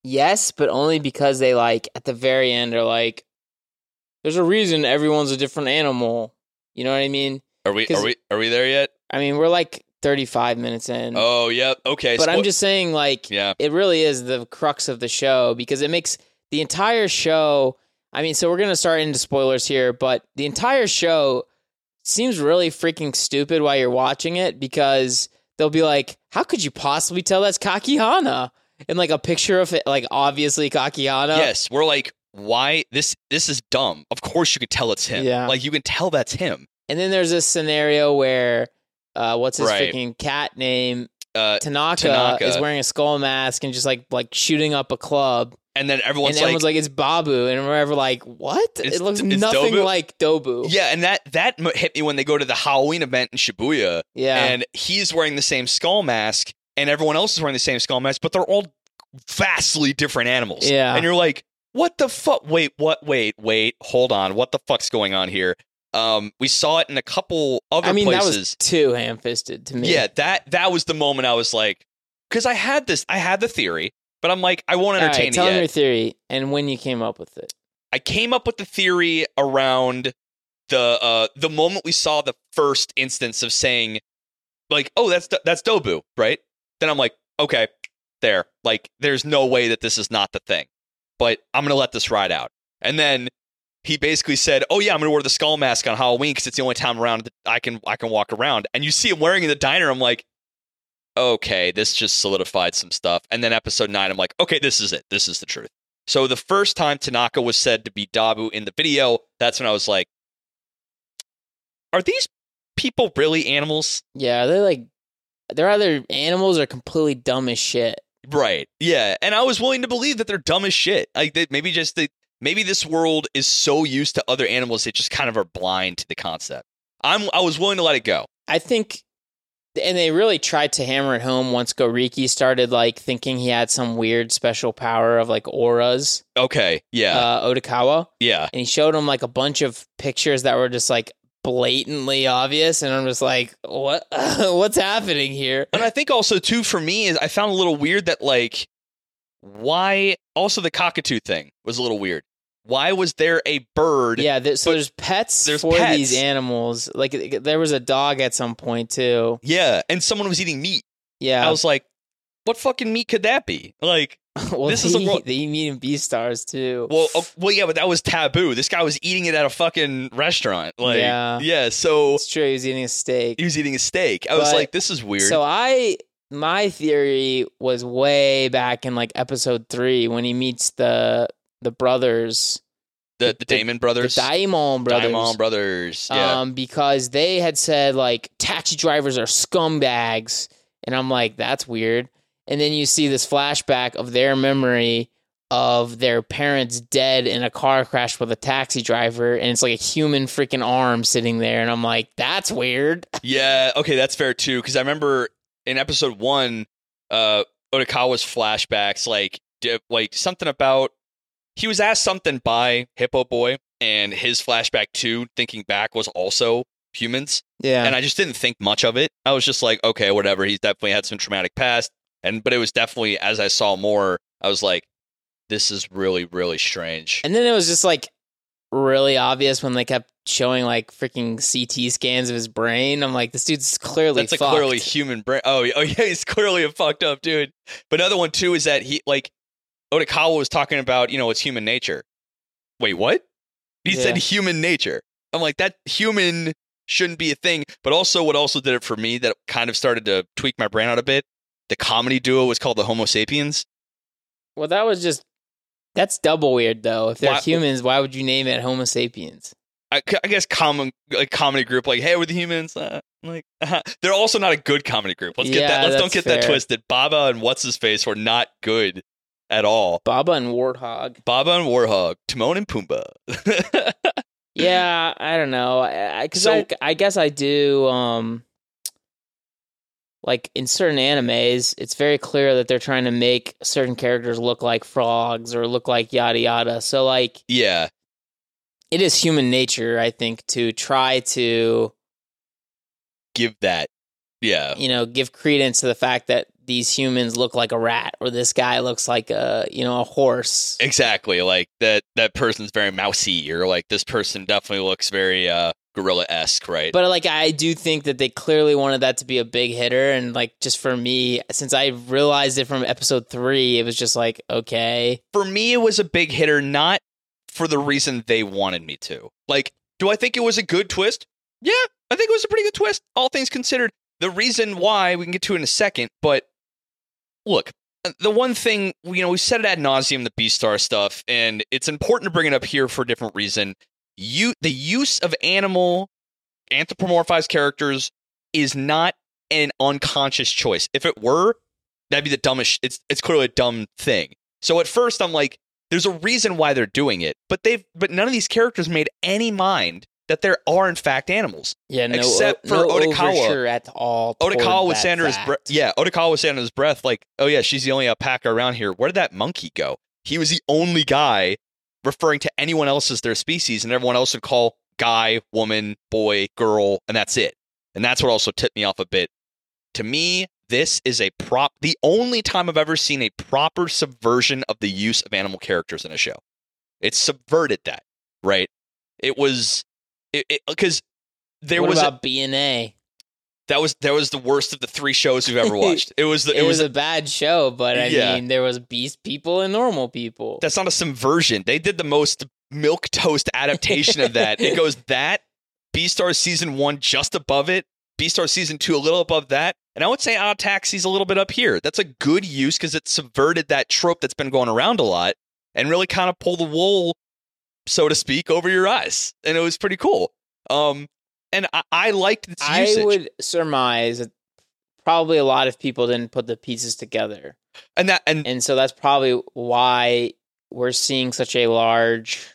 Speaker 1: yes, but only because they like at the very end are like there's a reason everyone's a different animal. You know what I mean?
Speaker 2: Are we
Speaker 1: 'Cause-
Speaker 2: are we are we there yet?
Speaker 1: I mean, we're like 35 minutes in.
Speaker 2: Oh, yep. Okay.
Speaker 1: but I'm
Speaker 2: spo-
Speaker 1: just saying like
Speaker 2: yeah.
Speaker 1: it really is the crux of the show because it makes the entire show I mean, so we're gonna start into spoilers here, but the entire show seems really freaking stupid while you're watching it because they'll be like, "How could you possibly tell that's Kakihana?" And like a picture of it, like obviously Kakihana.
Speaker 2: yes, we're like, why this? This is dumb. Of course, you could tell it's him.
Speaker 1: Yeah.
Speaker 2: like you can tell that's him.
Speaker 1: And then there's this scenario where, uh, what's his
Speaker 2: Right.
Speaker 1: freaking cat name?
Speaker 2: Uh,
Speaker 1: Tanaka,
Speaker 2: Tanaka.
Speaker 1: is wearing a skull mask and just like like shooting up a club,
Speaker 2: and then everyone's
Speaker 1: and
Speaker 2: like,
Speaker 1: everyone's like, "It's Babu," and we're ever like, "What?
Speaker 2: It's-
Speaker 1: it looks
Speaker 2: it's
Speaker 1: nothing
Speaker 2: Dobu?
Speaker 1: like Dobu."
Speaker 2: yeah, and that that mo- hit me when they go to the Halloween event in Shibuya,
Speaker 1: yeah.
Speaker 2: and he's wearing the same skull mask, and everyone else is wearing the same skull mask, but they're all vastly different animals.
Speaker 1: Yeah.
Speaker 2: and you're like, what the fuck? Wait, what? Wait, wait, hold on. What the fuck's going on here? Um, we saw it in a couple other
Speaker 1: I mean,
Speaker 2: places.
Speaker 1: that was too ham fisted to me.
Speaker 2: Yeah, that that was the moment I was like, because I had this, I had the theory, but I'm like, I won't
Speaker 1: All right,
Speaker 2: entertain
Speaker 1: tell
Speaker 2: it
Speaker 1: them
Speaker 2: yet.
Speaker 1: your theory and when you came up with it.
Speaker 2: I came up with the theory around the uh the moment we saw the first instance of saying, like, oh, that's that's Dobu, right? Then I'm like, okay, there, like, there's no way that this is not the thing, but I'm gonna let this ride out. And then he basically said, "Oh yeah, I'm gonna wear the skull mask on Halloween because it's the only time around that I can I can walk around." And you see him wearing it in the diner. I'm like, okay, this just solidified some stuff. And then episode nine, I'm like, okay, this is it. This is the truth. So the first time Tanaka was said to be Dabu in the video, that's when I was like, are these people really animals?
Speaker 1: Yeah, they're like, they're either animals or completely dumb as shit.
Speaker 2: Right. Yeah. And I was willing to believe that they're dumb as shit. Like that maybe just the maybe this world is so used to other animals they just kind of are blind to the concept. I'm I was willing to let it go.
Speaker 1: I think, and they really tried to hammer it home once Goriki started like thinking he had some weird special power of like auras,
Speaker 2: Okay. Yeah.
Speaker 1: uh, Odakawa,
Speaker 2: yeah.
Speaker 1: and he showed him like a bunch of pictures that were just like blatantly obvious, and I'm just like, what? What's happening here?
Speaker 2: And I think also too for me is I found a little weird that like why also the cockatoo thing was a little weird. Why was there a bird?
Speaker 1: Yeah, there, so
Speaker 2: But
Speaker 1: there's pets
Speaker 2: there's
Speaker 1: for
Speaker 2: pets.
Speaker 1: these animals. Like there was a dog at some point too.
Speaker 2: Yeah, and someone was eating meat.
Speaker 1: Yeah,
Speaker 2: I was like, what fucking meat could that be? Like,
Speaker 1: well,
Speaker 2: this
Speaker 1: they,
Speaker 2: is a ro-
Speaker 1: eat, they eat meat and beef stars too.
Speaker 2: well, oh, well, yeah, but that was taboo. This guy was eating it at a fucking restaurant. Like,
Speaker 1: Yeah.
Speaker 2: so
Speaker 1: it's true. He's eating a steak.
Speaker 2: he was eating a steak. I was
Speaker 1: But-
Speaker 2: like, this is weird.
Speaker 1: So uh, I my theory was way back in like episode three when he meets the the brothers,
Speaker 2: the,
Speaker 1: the-
Speaker 2: the Damon brothers,
Speaker 1: the Daimon brothers.
Speaker 2: Daimon brothers. Yeah,
Speaker 1: Um, because they had said like taxi drivers are scumbags, and I'm like, that's weird. And then you see this flashback of their memory of their parents dead in a car crash with a taxi driver, and it's like a human freaking arm sitting there, and I'm like, that's weird.
Speaker 2: Yeah, okay, that's fair too. Because I remember in episode one, uh, Otakawa's flashbacks, like, d- like something about he was asked something by Hippo Boy, and his flashback too, thinking back, was also humans.
Speaker 1: Yeah.
Speaker 2: And I just didn't think much of it. I was just like, okay, whatever. He's definitely had some traumatic past, and but it was definitely as I saw more, I was like, this is really, really strange.
Speaker 1: And then it was just like really obvious when they kept showing like freaking CT scans of his brain. I'm like, this dude's clearly
Speaker 2: That's a
Speaker 1: fucked.
Speaker 2: clearly human brain. Oh, yeah- oh yeah, he's clearly a fucked up dude. But another one too is that he like Otakawa was talking about, you know, it's human nature. Wait, what? He said
Speaker 1: Yeah.
Speaker 2: human nature. I'm like that human shouldn't be a thing. But also, what also did it for me that kind of started to tweak my brain out a bit. The comedy duo was called the Homo Sapiens.
Speaker 1: well, that was just that's double weird though. If they're
Speaker 2: Why-
Speaker 1: humans, why would you name it Homo sapiens?
Speaker 2: I, I guess common like comedy group like hey we're the humans uh, like they're also not a good comedy group let's get
Speaker 1: Yeah,
Speaker 2: that let's don't
Speaker 1: that's
Speaker 2: get that
Speaker 1: fair.
Speaker 2: twisted Baba and what's his face were not good at all
Speaker 1: Baba and Warthog.
Speaker 2: Baba and Warhog, Timon and Pumbaa.
Speaker 1: Yeah, I don't know. I, I, cause
Speaker 2: So-
Speaker 1: I, I guess I do. Um, like in certain animes, it's very clear that they're trying to make certain characters look like frogs or look like yada yada. So like,
Speaker 2: yeah,
Speaker 1: it is human nature, I think, to try to,
Speaker 2: give that. Yeah,
Speaker 1: you know, give credence to the fact that these humans look like a rat or this guy looks like a, you know, a horse.
Speaker 2: exactly. Like that. That person's very mousy, or like this person definitely looks very uh, gorilla esque, right?
Speaker 1: But like I do think that they clearly wanted that to be a big hitter and like just for me since I realized it from episode 3, it was just like okay.
Speaker 2: for me, it was a big hitter, not for the reason they wanted me to. Like, do I think it was a good twist? Yeah, I think it was a pretty good twist, all things considered. The reason why we can get to it in a second, but look, uh, the one thing you know, we said it ad nauseum the B star stuff, and it's important to bring it up here for a different reason. You the use of animal anthropomorphized characters is not an unconscious choice. If it were, that'd be the dumbest. sh- It's it's clearly a dumb thing. So at first I'm like, there's a reason why they're doing it, but they've but none of these characters made any mind that there are in fact animals.
Speaker 1: Yeah, no,
Speaker 2: Except
Speaker 1: no
Speaker 2: for Otakawa.
Speaker 1: overture at all. toward
Speaker 2: Otakawa with
Speaker 1: that
Speaker 2: Sandra's
Speaker 1: fact.
Speaker 2: breath. Yeah, Otakawa with Sandra's breath. Like, oh yeah, she's the only alpaca around here. Where did that monkey go? He was the only guy referring to anyone else as their species, and everyone else would call guy, woman, boy, girl, and that's it. And that's what also tipped me off a bit. To me, this is a prop. The only time I've ever seen a proper subversion of the use of animal characters in a show. It subverted that, right? It was, it because there
Speaker 1: what
Speaker 2: was a-
Speaker 1: about BNA.
Speaker 2: that was that was the worst of the three shows we've ever watched. It was the,
Speaker 1: It,
Speaker 2: it,
Speaker 1: was,
Speaker 2: was,
Speaker 1: a bad show, but I
Speaker 2: Yeah.
Speaker 1: mean, there was beast people and normal people.
Speaker 2: that's not a subversion. They did the most milk toast adaptation of that. It goes that Beastars season one just above it, Beastars season two a little above that, and I would say Odd Taxi's a little bit up here. That's a good use because it subverted that trope that's been going around a lot and really kind of pulled the wool, so to speak, over your eyes, and it was pretty cool. Um, and I, I liked its
Speaker 1: I
Speaker 2: usage.
Speaker 1: would surmise that probably a lot of people didn't put the pieces together.
Speaker 2: and that and
Speaker 1: And so that's probably why we're seeing such a large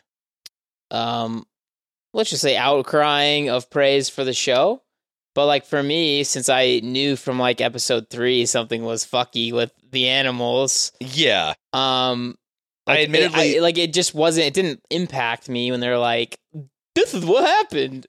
Speaker 1: um let's just say outcrying of praise for the show. But like for me, since I knew from like episode 3 something was fucky with the animals,
Speaker 2: yeah,
Speaker 1: um
Speaker 2: I
Speaker 1: like, it-
Speaker 2: admittedly-
Speaker 1: I- like it just wasn't it didn't impact me when they're like this is what happened.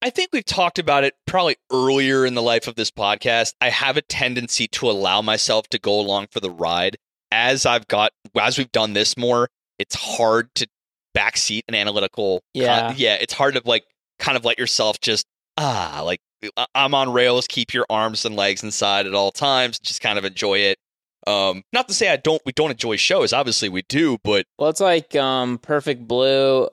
Speaker 2: I think we've talked about it probably earlier in the life of this podcast. I have a tendency to allow myself to go along for the ride. As I've got, as we've done this more, it's hard to backseat an analytical. con-
Speaker 1: Yeah.
Speaker 2: yeah, it's hard to like kind of let yourself just ah, like I- I'm on rails. Keep your arms and legs inside at all times. Just kind of enjoy it. Um, not to say I don't. We don't enjoy shows. Obviously, we do. But
Speaker 1: Well, it's like um Perfect Blue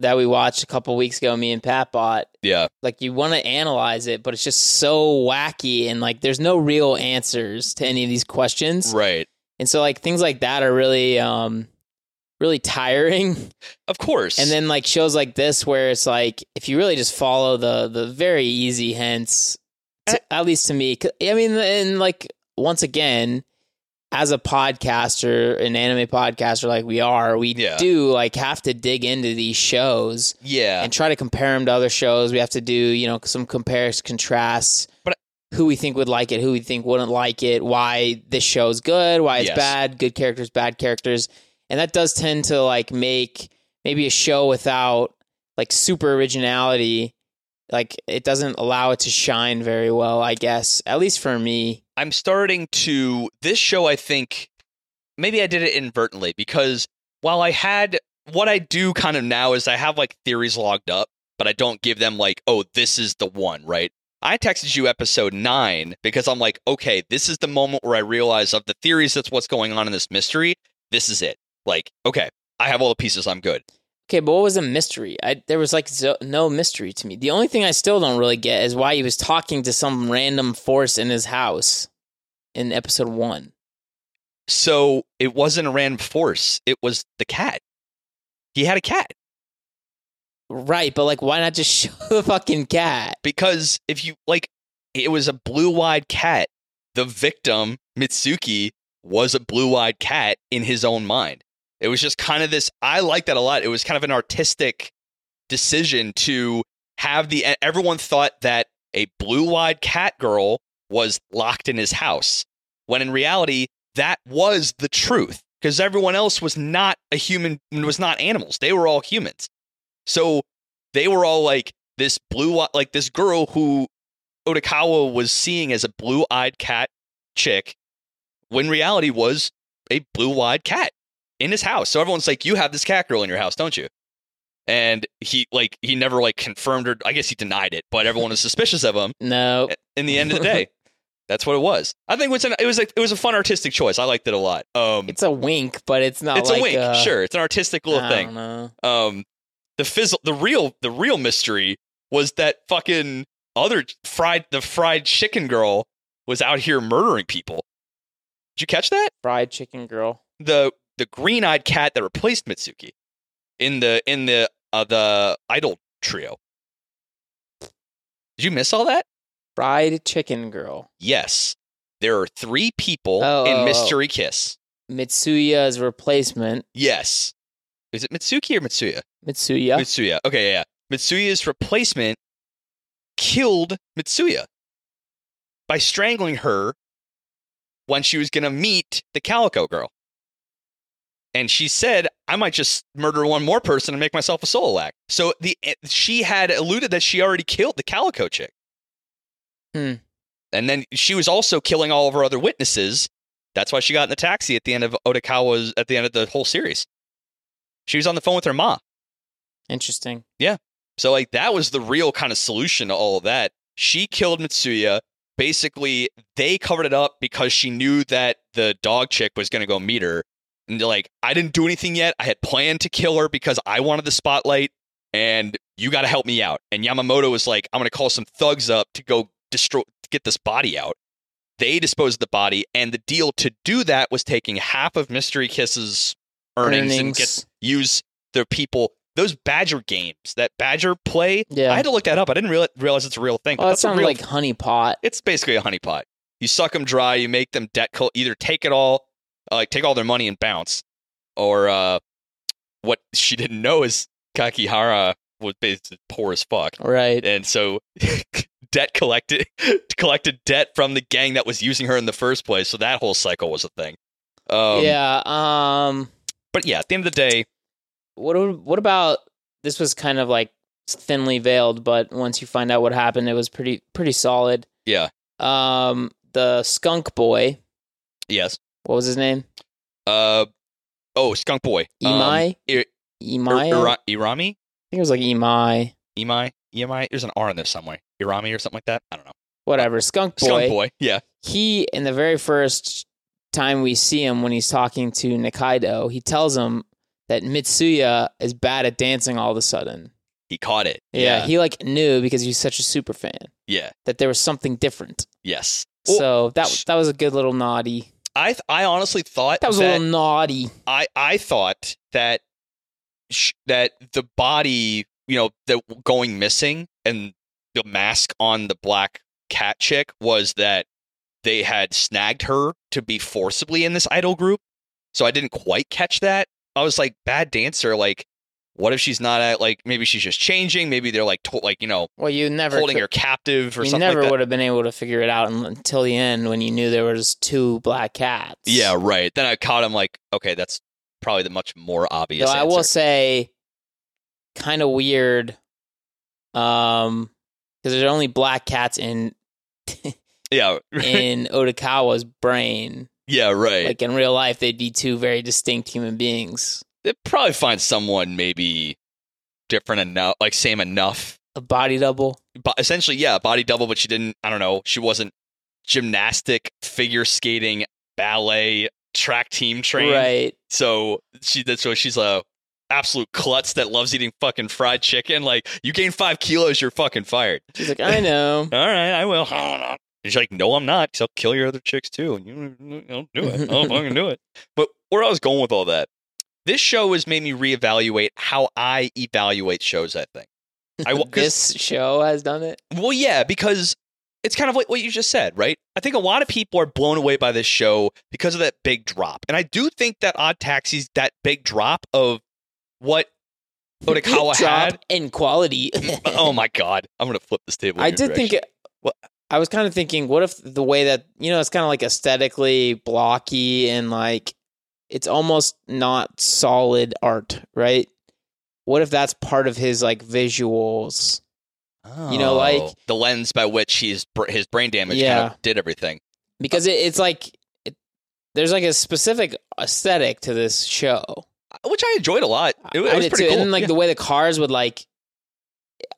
Speaker 1: that we watched a couple weeks ago me and Pat bought
Speaker 2: yeah,
Speaker 1: like you want to analyze it, but it's just so wacky and like there's no real answers to any of these questions.
Speaker 2: right.
Speaker 1: And so like things like that are really um really tiring.
Speaker 2: Of course.
Speaker 1: And then like shows like this where it's like if you really just follow the the very easy hints
Speaker 2: Eh.
Speaker 1: to- at least to me 'cause- I mean and like once again as a podcaster, an anime podcaster like we are, we
Speaker 2: Yeah.
Speaker 1: do like have to dig into these shows
Speaker 2: yeah,
Speaker 1: and try to compare them to other shows. We have to do, you know, some compares, contrasts,
Speaker 2: But-
Speaker 1: who we think would like it, who we think wouldn't like it, why this show's good, why it's
Speaker 2: Yes.
Speaker 1: bad, good characters, bad characters. And that does tend to like make maybe a show without like super originality, like it doesn't allow it to shine very well, I guess, at least for me.
Speaker 2: I'm starting to this show I think maybe I did it inadvertently because while I had what I do kind of now is I have like theories logged up, but I don't give them like, oh, this is the one, right? I texted you episode nine because I'm like, okay, this is the moment where I realize of the theories that's what's going on in this mystery. This is it. Like, okay, I have all the pieces. I'm good.
Speaker 1: Okay, but what was the mystery? I, there was like zo- no mystery to me. The only thing I still don't really get is why he was talking to some random force in his house in episode one.
Speaker 2: So it wasn't a random force. It was the cat. He had a cat.
Speaker 1: Right, but like, why not just show the fucking cat?
Speaker 2: because if you like it was a blue-eyed cat the victim mitsuki was a blue-eyed cat in his own mind it was just kind of this i like that a lot it was kind of an artistic decision to have the e-, everyone thought that a blue-eyed cat girl was locked in his house when in reality that was the truth because everyone else was not a human was not animals they were all humans so they were all like this blue like this girl who Otakawa was seeing as a blue-eyed cat chick when reality was a blue-eyed cat in his house. So everyone's like you have this cat girl in your house, don't you? And he like he never like confirmed or I guess he denied it, but everyone was suspicious of him
Speaker 1: No,
Speaker 2: in the end of the day. That's what it was. I think it was an, it was a, it was a fun artistic choice. I liked it a lot. Um, it's,
Speaker 1: It's a wink, but it's not. like
Speaker 2: a wink,
Speaker 1: uh,
Speaker 2: sure. It's an artistic little
Speaker 1: I
Speaker 2: thing.
Speaker 1: don't know.
Speaker 2: um the fizzle the real the real mystery was that fucking other fried the fried chicken girl was out here murdering people did you catch that
Speaker 1: Fried chicken girl.
Speaker 2: the the green-eyed cat that replaced mitsuki in the in the uh, the idol trio did you miss all that
Speaker 1: Fried chicken girl.
Speaker 2: yes there are three people
Speaker 1: Oh,
Speaker 2: in
Speaker 1: oh, oh.
Speaker 2: mystery kiss
Speaker 1: Mitsuya's replacement.
Speaker 2: yes is it mitsuki or mitsuya
Speaker 1: Mitsuya.
Speaker 2: Mitsuya. Okay, yeah, yeah. Mitsuya's replacement killed Mitsuya by strangling her when she was going to meet the Calico girl. And she said, "I might just murder one more person and make myself a solo act." So the she had alluded that she already killed the Calico chick.
Speaker 1: Hmm.
Speaker 2: And then she was also killing all of her other witnesses. That's why she got in the taxi at the end of Otakawa's at the end of the whole series. She was on the phone with her ma.
Speaker 1: Interesting.
Speaker 2: So like that was the real kind of solution to all of that. She killed Mitsuya. Basically, they covered it up because she knew that the dog chick was going to go meet her. And they're like, I didn't do anything yet. I had planned to kill her because I wanted the spotlight, and you got to help me out. And Yamamoto was like, I'm going to call some thugs up to go destroy, get this body out. They disposed of the body, and the deal to do that was taking half of Mystery Kiss's earnings, and get, use the people. Those Badger games, that Badger play,
Speaker 1: Yeah.
Speaker 2: I had to look that up. I didn't reali- realize it's a real thing. but
Speaker 1: oh, that
Speaker 2: that's a
Speaker 1: sounds
Speaker 2: real-
Speaker 1: like honey pot.
Speaker 2: it's basically a honeypot. You suck them dry. You make them debt col- either take it all, uh, like take all their money and bounce, or uh, what she didn't know is Kakihara was basically poor as fuck,
Speaker 1: Right.
Speaker 2: and so debt collected collected debt from the gang that was using her in the first place. So that whole cycle was a thing. Um,
Speaker 1: yeah. Um.
Speaker 2: but yeah, at the end of the day,
Speaker 1: What? a- What about this? Was kind of like thinly veiled, but once you find out what happened, it was pretty pretty solid.
Speaker 2: Yeah.
Speaker 1: Um. The skunk boy.
Speaker 2: yes.
Speaker 1: What was his name?
Speaker 2: Uh, oh, Skunk Boy, Um,
Speaker 1: Imai.
Speaker 2: Ir-
Speaker 1: Imai.
Speaker 2: Ir-
Speaker 1: I
Speaker 2: Ira- Irami,
Speaker 1: think it was like Imai.
Speaker 2: Imai, Imai. There's an R in there somewhere. Irami or something like that. I don't know.
Speaker 1: Whatever. Skunk boy.
Speaker 2: Skunk Boy. Yeah.
Speaker 1: He in the very first time we see him when he's talking to Nikaido, he tells him that Mitsuya is bad at dancing. All of a sudden.
Speaker 2: he caught it.
Speaker 1: Yeah.
Speaker 2: Yeah.
Speaker 1: He like knew because he's such a super fan
Speaker 2: Yeah.
Speaker 1: that there was something different.
Speaker 2: Yes. Well,
Speaker 1: So that that was a good little naughty.
Speaker 2: I th- I honestly thought
Speaker 1: That was a little naughty.
Speaker 2: I I thought that sh- that the body, you know, that w- going missing and the mask on the black cat chick was that they had snagged her to be forcibly in this idol group. So I didn't quite catch that. I was like bad dancer like what if she's not at like maybe she's just changing, maybe they're like to- like you know,
Speaker 1: Well, you never
Speaker 2: holding
Speaker 1: could-
Speaker 2: her captive or
Speaker 1: you
Speaker 2: something
Speaker 1: never
Speaker 2: like that.
Speaker 1: would have been able to figure it out un- until the end when you knew there was two black cats.
Speaker 2: Yeah, right. Then I caught him like, okay, that's probably the much more obvious.
Speaker 1: Though I will
Speaker 2: answer.
Speaker 1: say, kind of weird, um, because there's only black cats in
Speaker 2: yeah,
Speaker 1: in Otakawa's brain.
Speaker 2: yeah, right.
Speaker 1: Like in real life, they'd be two very distinct human beings.
Speaker 2: They'd probably find someone maybe different enough, like same enough.
Speaker 1: A body double.
Speaker 2: But essentially, yeah, body double, but she didn't. I don't know. She wasn't gymnastic, figure skating, ballet, track team trained.
Speaker 1: Right.
Speaker 2: So she that's so she's a absolute klutz that loves eating fucking fried chicken. Like you gain five kilos, you're fucking fired.
Speaker 1: She's like, I know.
Speaker 2: all right, I will. And She's like, no, I'm not, 'cause I'll kill your other chicks too, and you you don't do it. I don't fucking do it. But where I was going with all that, this show has made me reevaluate how I evaluate shows. I think. I wa- 'cause-
Speaker 1: this show has done it.
Speaker 2: well, yeah, because it's kind of like what you just said, right? I think a lot of people are blown away by this show because of that big drop, and I do think that Odd Taxi's that big drop of what Otakawa
Speaker 1: Drop
Speaker 2: had.
Speaker 1: in quality.
Speaker 2: Oh my god, I'm gonna flip this table. in
Speaker 1: I
Speaker 2: your
Speaker 1: did think.
Speaker 2: direction.
Speaker 1: well, I was kind of thinking, what if the way that you know it's kind of like aesthetically blocky and like it's almost not solid art, right? What if that's part of his like visuals? You know, like-
Speaker 2: Oh, the lens by which his br- his brain damage kind
Speaker 1: Yeah.
Speaker 2: of did everything.
Speaker 1: Because it, it's like it, there's like a specific aesthetic to this show.
Speaker 2: uh, which I enjoyed a lot. It, wa- it
Speaker 1: I
Speaker 2: was
Speaker 1: did
Speaker 2: pretty
Speaker 1: too.
Speaker 2: cool.
Speaker 1: And like
Speaker 2: Yeah.
Speaker 1: the way the cars would like,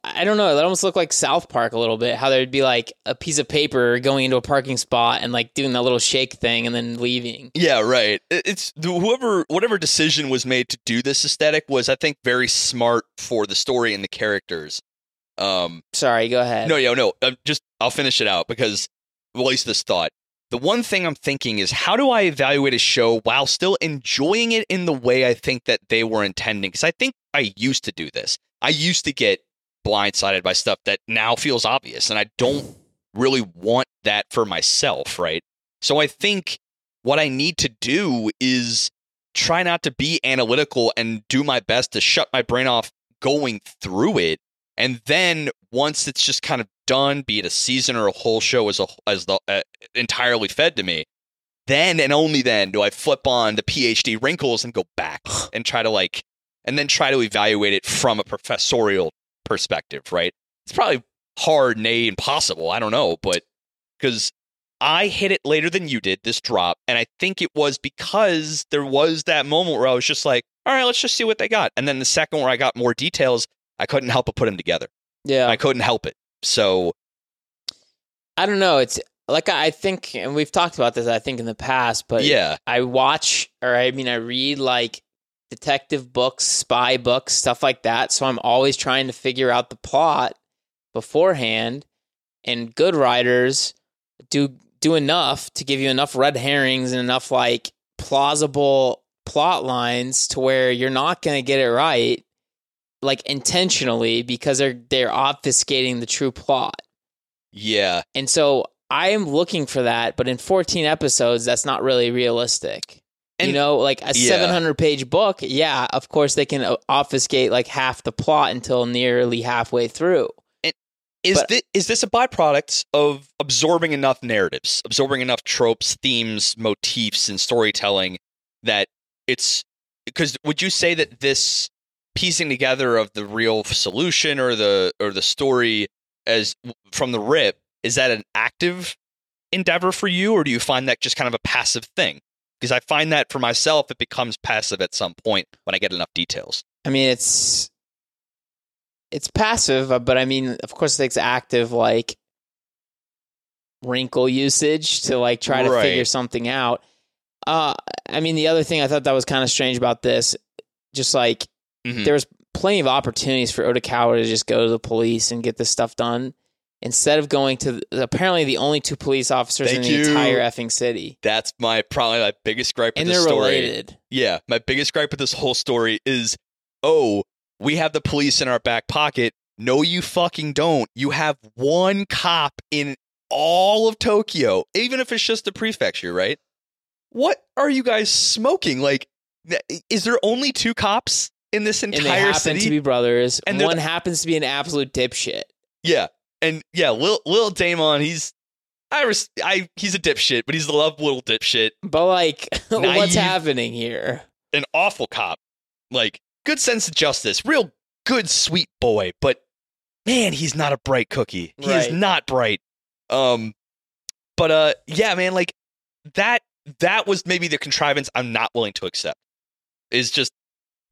Speaker 1: I don't know. It almost looked like South Park a little bit. How there'd be like a piece of paper going into a parking spot and like doing that little shake thing and then leaving.
Speaker 2: Yeah, right. It- It's whoever, whatever decision was made to do this aesthetic was, I think, very smart for the story and the characters. Um,
Speaker 1: Sorry, go ahead.
Speaker 2: no, yo, no. I'm just I'll finish it out because well, at least this thought. The one thing I'm thinking is how do I evaluate a show while still enjoying it in the way I think that they were intending? Because I think I used to do this. I used to get blindsided by stuff that now feels obvious, and I don't really want that for myself, right? So I think what I need to do is try not to be analytical and do my best to shut my brain off going through it and then once it's just kind of done, be it a season or a whole show as a as the uh, entirely fed to me, then and only then do I flip on the PhD wrinkles and go back and try to like and then try to evaluate it from a professorial perspective, right? It's probably hard, nay, impossible. I don't know, but because I hit it later than you did, this drop, and I think it was because there was that moment where I was just like, all right, let's just see what they got. And then the second where I got more details, I couldn't help but put them together.
Speaker 1: Yeah.
Speaker 2: I couldn't help it. So
Speaker 1: I don't know. It's like I I think, and we've talked about this, I think, in the past, but
Speaker 2: yeah,
Speaker 1: I watch or I mean, I read like detective books, spy books, stuff like that. So I'm always trying to figure out the plot beforehand. And good writers do do enough to give you enough red herrings and enough like plausible plot lines to where you're not going to get it right like intentionally because they're they're obfuscating the true plot.
Speaker 2: yeah.
Speaker 1: And so I am looking for that, but in 14 episodes, that's not really realistic. you
Speaker 2: And-
Speaker 1: know, like a
Speaker 2: Yeah.
Speaker 1: 700 page book, yeah, of course they can o- obfuscate like half the plot until nearly halfway through.
Speaker 2: Is
Speaker 1: But-
Speaker 2: thi- is this a byproduct of absorbing enough narratives, absorbing enough tropes, themes, motifs, and storytelling that it's because would you say that this piecing together of the real solution or the or the story as from the rip is that an active endeavor for you or do you find that just kind of a passive thing because i find that for myself it becomes passive at some point when i get enough details
Speaker 1: I mean, it's it's passive, uh, but I mean, of course, it takes active like wrinkle usage to like try to
Speaker 2: Right.
Speaker 1: figure something out. Uh, I mean, the other thing I thought that was kind of strange about this, just like
Speaker 2: Mhm.
Speaker 1: there was plenty of opportunities for Otakawa to just go to the police and get this stuff done instead of going to the, apparently the only two police officers in
Speaker 2: Thank
Speaker 1: the
Speaker 2: you.
Speaker 1: entire effing city,
Speaker 2: that's my probably my biggest gripe with
Speaker 1: and
Speaker 2: this
Speaker 1: they're
Speaker 2: story
Speaker 1: related.
Speaker 2: yeah, my biggest gripe with this whole story is, oh, we have the police in our back pocket. No, you fucking don't. You have one cop in all of Tokyo, even if it's just the prefecture, right? What are you guys smoking? Like, th- is there only two cops in this
Speaker 1: And they
Speaker 2: entire
Speaker 1: happen
Speaker 2: city?
Speaker 1: to be brothers.
Speaker 2: And
Speaker 1: And
Speaker 2: they're
Speaker 1: one happens to be an absolute dipshit.
Speaker 2: yeah, and yeah, Lil Lil Damon, he's I, res- I he's a dipshit, but he's a love little dipshit.
Speaker 1: But like,
Speaker 2: Naive.
Speaker 1: what's happening here?
Speaker 2: an awful cop. Like, good sense of justice, real good, sweet boy, but man, he's not a bright cookie. He is
Speaker 1: Right.
Speaker 2: not bright. Um, but uh, yeah, man, like that. That was maybe the contrivance I'm not willing to accept. Is just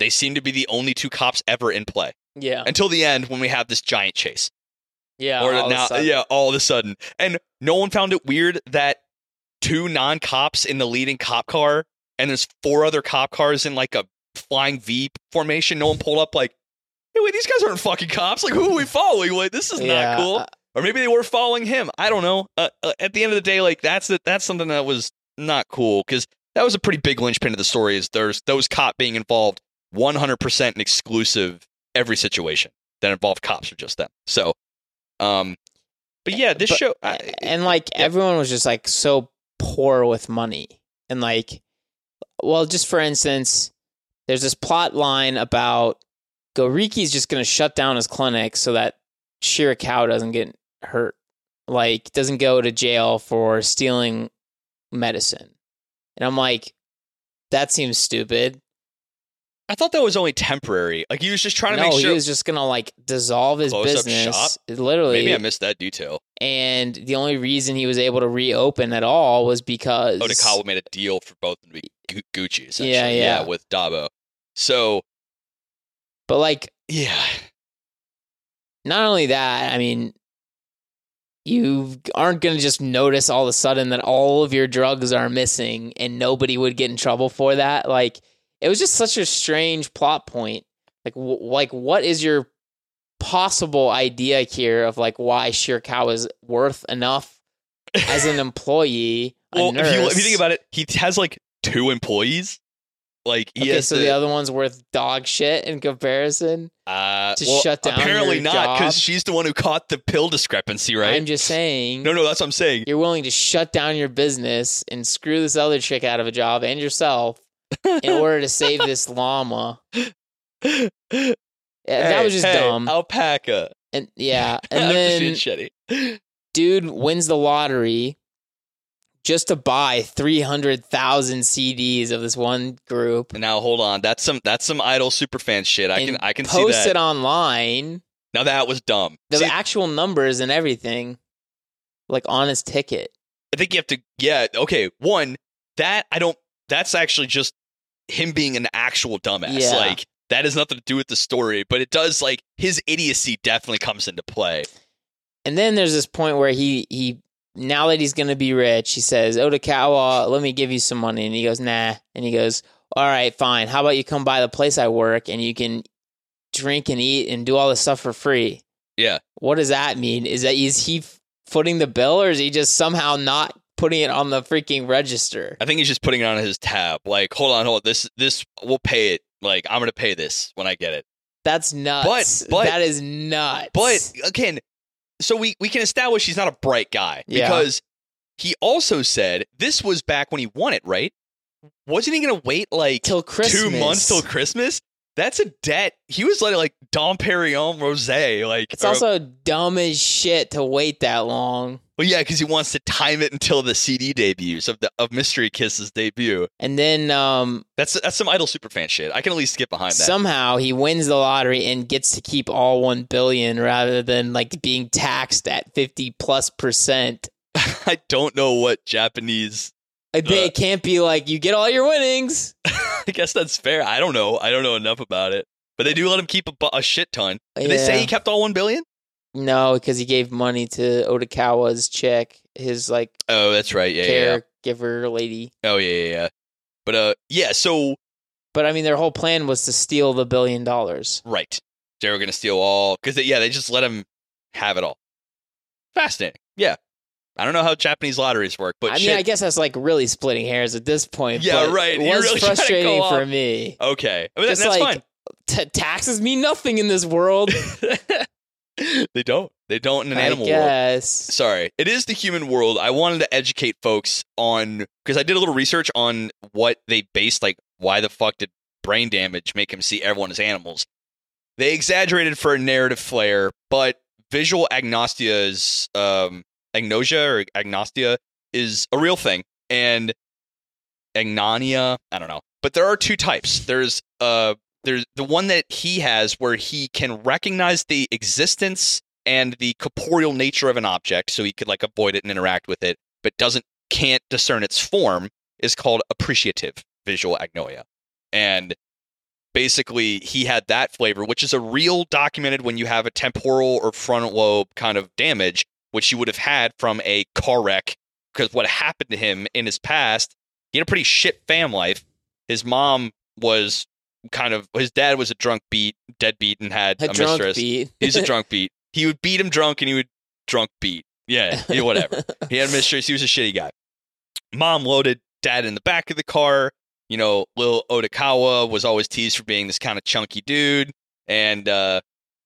Speaker 2: they seem to be the only two cops ever in play
Speaker 1: Yeah,
Speaker 2: until the end when we have this giant chase
Speaker 1: yeah.
Speaker 2: or
Speaker 1: all of a
Speaker 2: now,
Speaker 1: sudden.
Speaker 2: yeah, all of a sudden, and no one found it weird that two non cops in the leading cop car, and there's four other cop cars in like a flying V formation. No one pulled up like, hey, wait, these guys aren't fucking cops. Like, who are we following? Like, this is
Speaker 1: Yeah,
Speaker 2: not cool.
Speaker 1: uh,
Speaker 2: Or maybe they were following him. I don't know. Uh, uh, at the end of the day, like that's the, that's something that was not cool because that was a pretty big linchpin of the story. Is there's those cop being involved 100 percent and exclusive every situation that involved cops or just them. So, um, but yeah, this
Speaker 1: But-
Speaker 2: show, I,
Speaker 1: and like
Speaker 2: yeah.
Speaker 1: everyone was just like so poor with money, and like, well, just for instance, there's this plot line about Goriki's just going to shut down his clinic so that Shirakawa doesn't get hurt, like doesn't go to jail for stealing medicine, and I'm like, that seems stupid.
Speaker 2: I thought that was only temporary. Like he was just trying to
Speaker 1: no,
Speaker 2: make
Speaker 1: he
Speaker 2: sure.
Speaker 1: was just gonna like dissolve his
Speaker 2: Close up
Speaker 1: business,
Speaker 2: shop?
Speaker 1: literally.
Speaker 2: Maybe I missed that detail.
Speaker 1: and the only reason he was able to reopen at all was because
Speaker 2: Odakawa Oh, made a deal for both of them to be Gu- Gucci, essentially.
Speaker 1: Yeah, yeah.
Speaker 2: with Dabo. So
Speaker 1: But like,
Speaker 2: yeah,
Speaker 1: not only that, I mean, you aren't going to just notice all of a sudden that all of your drugs are missing and nobody would get in trouble for that. Like, it was just such a strange plot point. Like, w- like what is your possible idea here of like why Shirakawa is worth enough as an employee? a
Speaker 2: well, if you, if you
Speaker 1: nurse?
Speaker 2: think about it, he has like two employees. Like he
Speaker 1: okay,
Speaker 2: has
Speaker 1: so
Speaker 2: to,
Speaker 1: the other one's worth dog shit in comparison.
Speaker 2: uh,
Speaker 1: to
Speaker 2: well,
Speaker 1: shut down
Speaker 2: Apparently
Speaker 1: your
Speaker 2: not,
Speaker 1: job.
Speaker 2: because she's the one who caught the pill discrepancy, right?
Speaker 1: I'm just saying.
Speaker 2: No, no, that's what I'm saying.
Speaker 1: you're willing to shut down your business and screw this other chick out of a job and yourself in order to save this llama. Yeah, that
Speaker 2: Hey,
Speaker 1: was just
Speaker 2: hey, Oh.
Speaker 1: dumb.
Speaker 2: Alpaca.
Speaker 1: and yeah,
Speaker 2: I'm
Speaker 1: and then
Speaker 2: just being shitty.
Speaker 1: dude wins the lottery just to buy 300,000 CDs of this one group.
Speaker 2: Now hold on, that's some that's some idol superfan shit. I can
Speaker 1: and
Speaker 2: I can see
Speaker 1: post
Speaker 2: that.
Speaker 1: it online,
Speaker 2: now that was dumb.
Speaker 1: the
Speaker 2: See,
Speaker 1: actual numbers and everything, like on his ticket.
Speaker 2: I think you have to. Yeah, okay. One that I don't. That's actually just him being an actual dumbass.
Speaker 1: Yeah.
Speaker 2: Like that has nothing to do with the story, but it does. Like his idiocy definitely comes into play.
Speaker 1: And then there's this point where he he now that he's gonna be rich, he says, Otakawa, let me give you some money. And he goes, Nah. And he goes, All right, fine. How about you come by the place I work and you can drink and eat and do all this stuff for free?
Speaker 2: Yeah.
Speaker 1: What does that mean? Is that is he f- footing the bill or is he just somehow not putting it on the freaking register?
Speaker 2: I think he's just putting it on his tab. Like hold on, hold on. This this we'll pay it. Like I'm gonna pay this when I get it.
Speaker 1: That's nuts.
Speaker 2: but-
Speaker 1: that is nuts.
Speaker 2: But again, so we we can establish he's not a bright guy
Speaker 1: Yeah.
Speaker 2: because he also said this was back when he won it, right? Wasn't he going to wait like
Speaker 1: till Christmas,
Speaker 2: two months till Christmas? That's a debt. He was letting like Dom Perignon Rosé, like
Speaker 1: it's
Speaker 2: or-
Speaker 1: also dumb as shit to wait that long.
Speaker 2: well, yeah, because he wants to time it until the CD debuts of the of Mystery Kisses debut.
Speaker 1: And then um
Speaker 2: That's that's some idol superfan shit. I can at least get behind that.
Speaker 1: Somehow he wins the lottery and gets to keep all one billion rather than like being taxed at fifty plus percent.
Speaker 2: I don't know what Japanese
Speaker 1: Like, They
Speaker 2: Uh.
Speaker 1: can't be like you get all your winnings.
Speaker 2: I guess that's fair. I don't know. I don't know enough about it. But they do let him keep a, bu- a shit ton. Did they say
Speaker 1: Yeah.
Speaker 2: he kept all one billion?
Speaker 1: No, because he gave money to Otakawa's chick, his like
Speaker 2: Oh, that's right. Yeah, yeah, yeah.
Speaker 1: caregiver lady.
Speaker 2: Oh, yeah, yeah, yeah. But uh, yeah. So
Speaker 1: But I mean, their whole plan was to steal the billion dollars.
Speaker 2: right, they were gonna steal all because yeah, they just let him have it all. Fascinating. Yeah, I don't know how Japanese lotteries work, but
Speaker 1: I
Speaker 2: shit.
Speaker 1: mean, I guess that's like really splitting hairs at this point.
Speaker 2: Yeah,
Speaker 1: but
Speaker 2: right.
Speaker 1: It
Speaker 2: You're
Speaker 1: was
Speaker 2: really trying to
Speaker 1: frustrating
Speaker 2: go
Speaker 1: for
Speaker 2: off.
Speaker 1: me.
Speaker 2: okay, I mean, that,
Speaker 1: Just
Speaker 2: that's
Speaker 1: like t- taxes mean nothing in this world.
Speaker 2: fine. they don't. They don't in an
Speaker 1: I
Speaker 2: animal world.
Speaker 1: guess.
Speaker 2: Sorry. It is the human world. I wanted to educate folks on because I did a little research on what they based like why the fuck did brain damage make him see everyone as animals. They exaggerated for a narrative flair, but visual agnostia is um agnosia or agnostia is a real thing and agnania, I don't know. But there are two types. There's uh there's the one that he has where he can recognize the existence and the corporeal nature of an object so he could like avoid it and interact with it but doesn't can't discern its form is called appreciative visual agnoia and basically he had that flavor which is a real documented when you have a temporal or frontal lobe kind of damage which you would have had from a car wreck because what happened to him in his past he had a pretty shit fam life his mom was kind of his dad was a drunk beat deadbeat and had
Speaker 1: a
Speaker 2: a,
Speaker 1: drunk
Speaker 2: mistress
Speaker 1: beat.
Speaker 2: He's a drunk beat. He would beat him drunk and he would drunk beat. Yeah, yeah, whatever. he had a mistress. He was a shitty guy. Mom loaded dad in the back of the car. You know, Lil Otakawa was always teased for being this kind of chunky dude. And uh,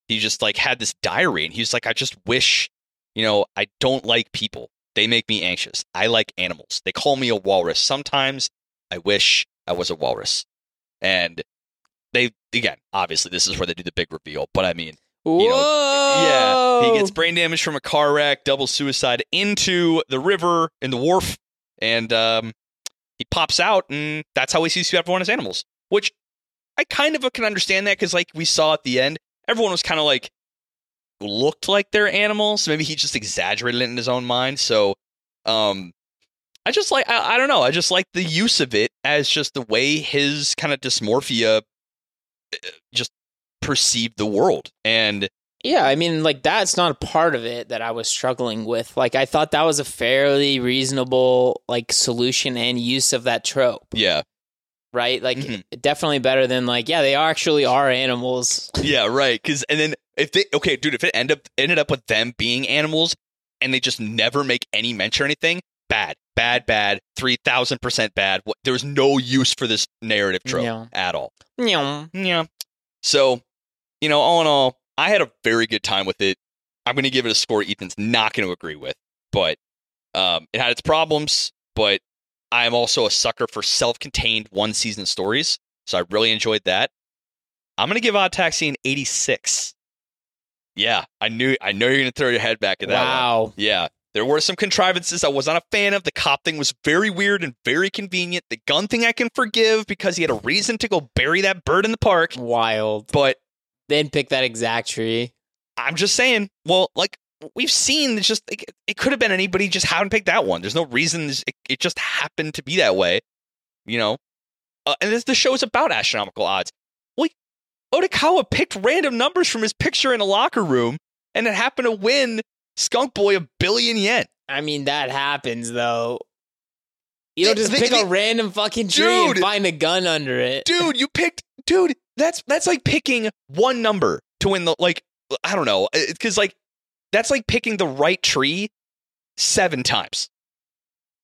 Speaker 2: he just like had this diary and he was like, I just wish, you know, I don't like people. They make me anxious. I like animals. They call me a walrus. Sometimes I wish I was a walrus. And they, again, obviously, this is where they do the big reveal, but I mean,
Speaker 1: Whoa!
Speaker 2: you know, yeah,
Speaker 1: Oh.
Speaker 2: he gets brain damage from a car wreck, double suicide into the river in the wharf, and um, he pops out, and that's how he sees everyone as animals. Which I kind of can understand that because, like we saw at the end, everyone was kind of like looked like they're animals. So maybe he just exaggerated it in his own mind. So, um, I just like I, I don't know. I just like the use of it as just the way his kind of dysmorphia uh, just perceived the world and
Speaker 1: Yeah, I mean, like that's not a part of it that I was struggling with. Like I thought that was a fairly reasonable like solution and use of that trope,
Speaker 2: Yeah.
Speaker 1: right? Like
Speaker 2: Mhm.
Speaker 1: definitely better than like yeah, they are actually are animals.
Speaker 2: Yeah, right. Cause and then if they okay, dude, if it end up ended up with them being animals and they just never make any mention or anything, bad. Bad, bad, three thousand percent bad. What- There's no use for this narrative trope
Speaker 1: Yeah.
Speaker 2: at all.
Speaker 1: Nyum.
Speaker 2: Yeah. So, you know, all in all, I had a very good time with it. I'm going to give it a score Ethan's not going to agree with, but um, it had its problems. But I'm also a sucker for self-contained one-season stories, so I really enjoyed that. I'm going to give Odd Taxi an 86. Yeah, I knew I know you're going to throw your head back at that. one.
Speaker 1: Wow.
Speaker 2: Yeah. There were some contrivances I was not a fan of. The cop thing was very weird and very convenient. The gun thing I can forgive because he had a reason to go bury that bird in the park.
Speaker 1: Wild.
Speaker 2: But
Speaker 1: Then pick that exact tree.
Speaker 2: I'm just saying, well, like we've seen, it's just like, it could have been anybody. Just haven't picked that one. There's no reason. It, it just happened to be that way, you know. Uh, and this the show's about astronomical odds. Well, Otakawa picked random numbers from his picture in a locker room, and it happened to win Skunk Boy a billion yen.
Speaker 1: I mean, that happens though. You don't
Speaker 2: They-
Speaker 1: just
Speaker 2: they-
Speaker 1: pick
Speaker 2: they-
Speaker 1: a random fucking tree and
Speaker 2: Dude!
Speaker 1: find a gun under it.
Speaker 2: dude you picked dude that's that's like picking one number to win the like i don't know because like that's like picking the right tree seven times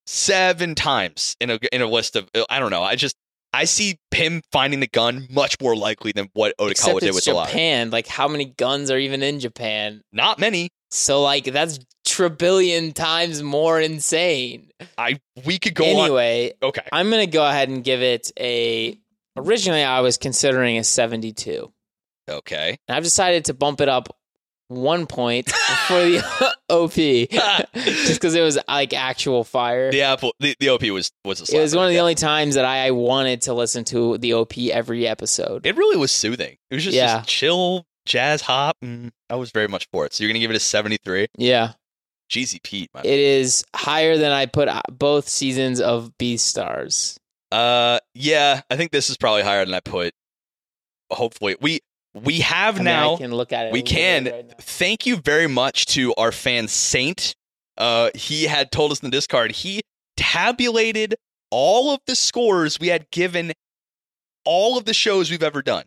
Speaker 2: seven times in a in a list of uh, i don't know i just i see him finding the gun much more likely than what
Speaker 1: Except
Speaker 2: otakawa did
Speaker 1: it's
Speaker 2: with the lottery
Speaker 1: Japan. Like how many guns are even in Japan?
Speaker 2: not many
Speaker 1: So like that's trillion times more insane.
Speaker 2: i we could go on
Speaker 1: anyway,
Speaker 2: okay
Speaker 1: I'm gonna go ahead and give it a. Originally, I was considering a 72,
Speaker 2: okay
Speaker 1: and I've decided to bump it up one point for the OP, just because it was like actual fire.
Speaker 2: the apple the, the op was was a
Speaker 1: it was
Speaker 2: slapper,
Speaker 1: one of the
Speaker 2: yeah.
Speaker 1: only times that I wanted to listen to the OP every episode.
Speaker 2: It really was soothing. It was just
Speaker 1: Yeah.
Speaker 2: this chill jazz hop, and I was very much for it. So you're gonna give it a 73.
Speaker 1: Yeah,
Speaker 2: Jeezy Pete, my
Speaker 1: it is higher than I put uh, both seasons of B Stars.
Speaker 2: uh, yeah. I think this is probably higher than I put. Hopefully, we we have now.
Speaker 1: I can look at it.
Speaker 2: we
Speaker 1: a little
Speaker 2: can.
Speaker 1: bit right now.
Speaker 2: Thank you very much to our fan Saint. Uh, he had told us in the Discord he tabulated all of the scores we had given all of the shows we've ever done.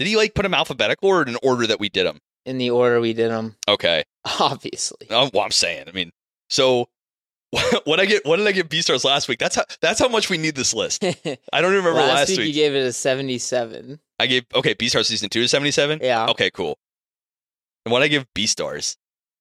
Speaker 2: Did he like put them alphabetical or in an order that we did them?
Speaker 1: in the order we did them,
Speaker 2: Okay.
Speaker 1: obviously.
Speaker 2: Um, well, I'm saying. I mean, so what I get? What did I get? B stars last week. That's how. That's how much we need this list. I don't remember last,
Speaker 1: last
Speaker 2: week.
Speaker 1: week, you gave it a 77.
Speaker 2: I gave okay. B stars season two is seventy seven.
Speaker 1: Yeah.
Speaker 2: Okay, cool. And what did I give B stars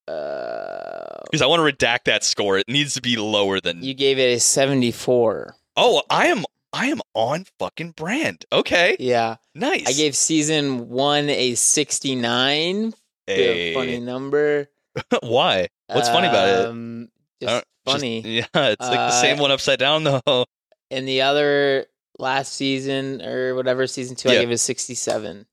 Speaker 2: Oh.
Speaker 1: Uh,
Speaker 2: because I want to redact that score. It needs to be lower than.
Speaker 1: you gave it a 74.
Speaker 2: oh, I am. I am on fucking brand. Okay,
Speaker 1: Yeah.
Speaker 2: nice.
Speaker 1: I gave season one a 69.
Speaker 2: Hey.
Speaker 1: A funny number.
Speaker 2: Why? What's funny about it?
Speaker 1: Um,
Speaker 2: I
Speaker 1: just
Speaker 2: don't- Just-
Speaker 1: funny.
Speaker 2: yeah, it's like the
Speaker 1: Uh,
Speaker 2: same one upside down though.
Speaker 1: and the other last season or whatever, season two, I
Speaker 2: Yeah.
Speaker 1: gave it a 67.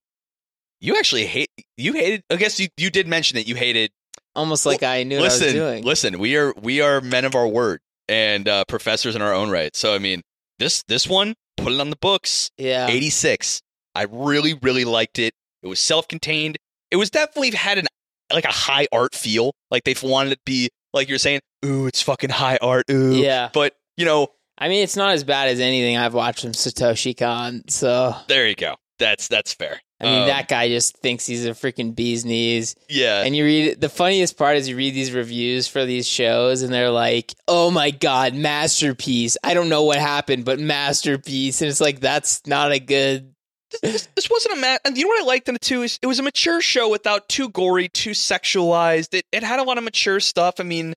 Speaker 2: You actually hate. You hated. I guess you you did mention that you hated
Speaker 1: Almost like I knew what I was
Speaker 2: listen,
Speaker 1: doing.
Speaker 2: listen, we are we are men of our word and uh, professors in our own right. So I mean, this this one put it on the books.
Speaker 1: yeah.
Speaker 2: Eighty six. I really really liked it. It was self contained. It was definitely had an like a high art feel. Like they've wanted it to be like you're saying. Ooh, it's fucking high art. Ooh,
Speaker 1: Yeah.
Speaker 2: But you know,
Speaker 1: I mean, it's not as bad as anything I've watched from Satoshi Khan. So,
Speaker 2: there you go. That's that's fair.
Speaker 1: I mean,
Speaker 2: Um,
Speaker 1: that guy just thinks he's a freaking bee's knees.
Speaker 2: yeah.
Speaker 1: And you read the funniest part is you read these reviews for these shows, and they're like, "Oh my god, masterpiece! I don't know what happened, but masterpiece!" And it's like that's not a good.
Speaker 2: this, this wasn't a ma- and you know what I liked in it too is it was a mature show without too gory, too sexualized. It it had a lot of mature stuff. I mean,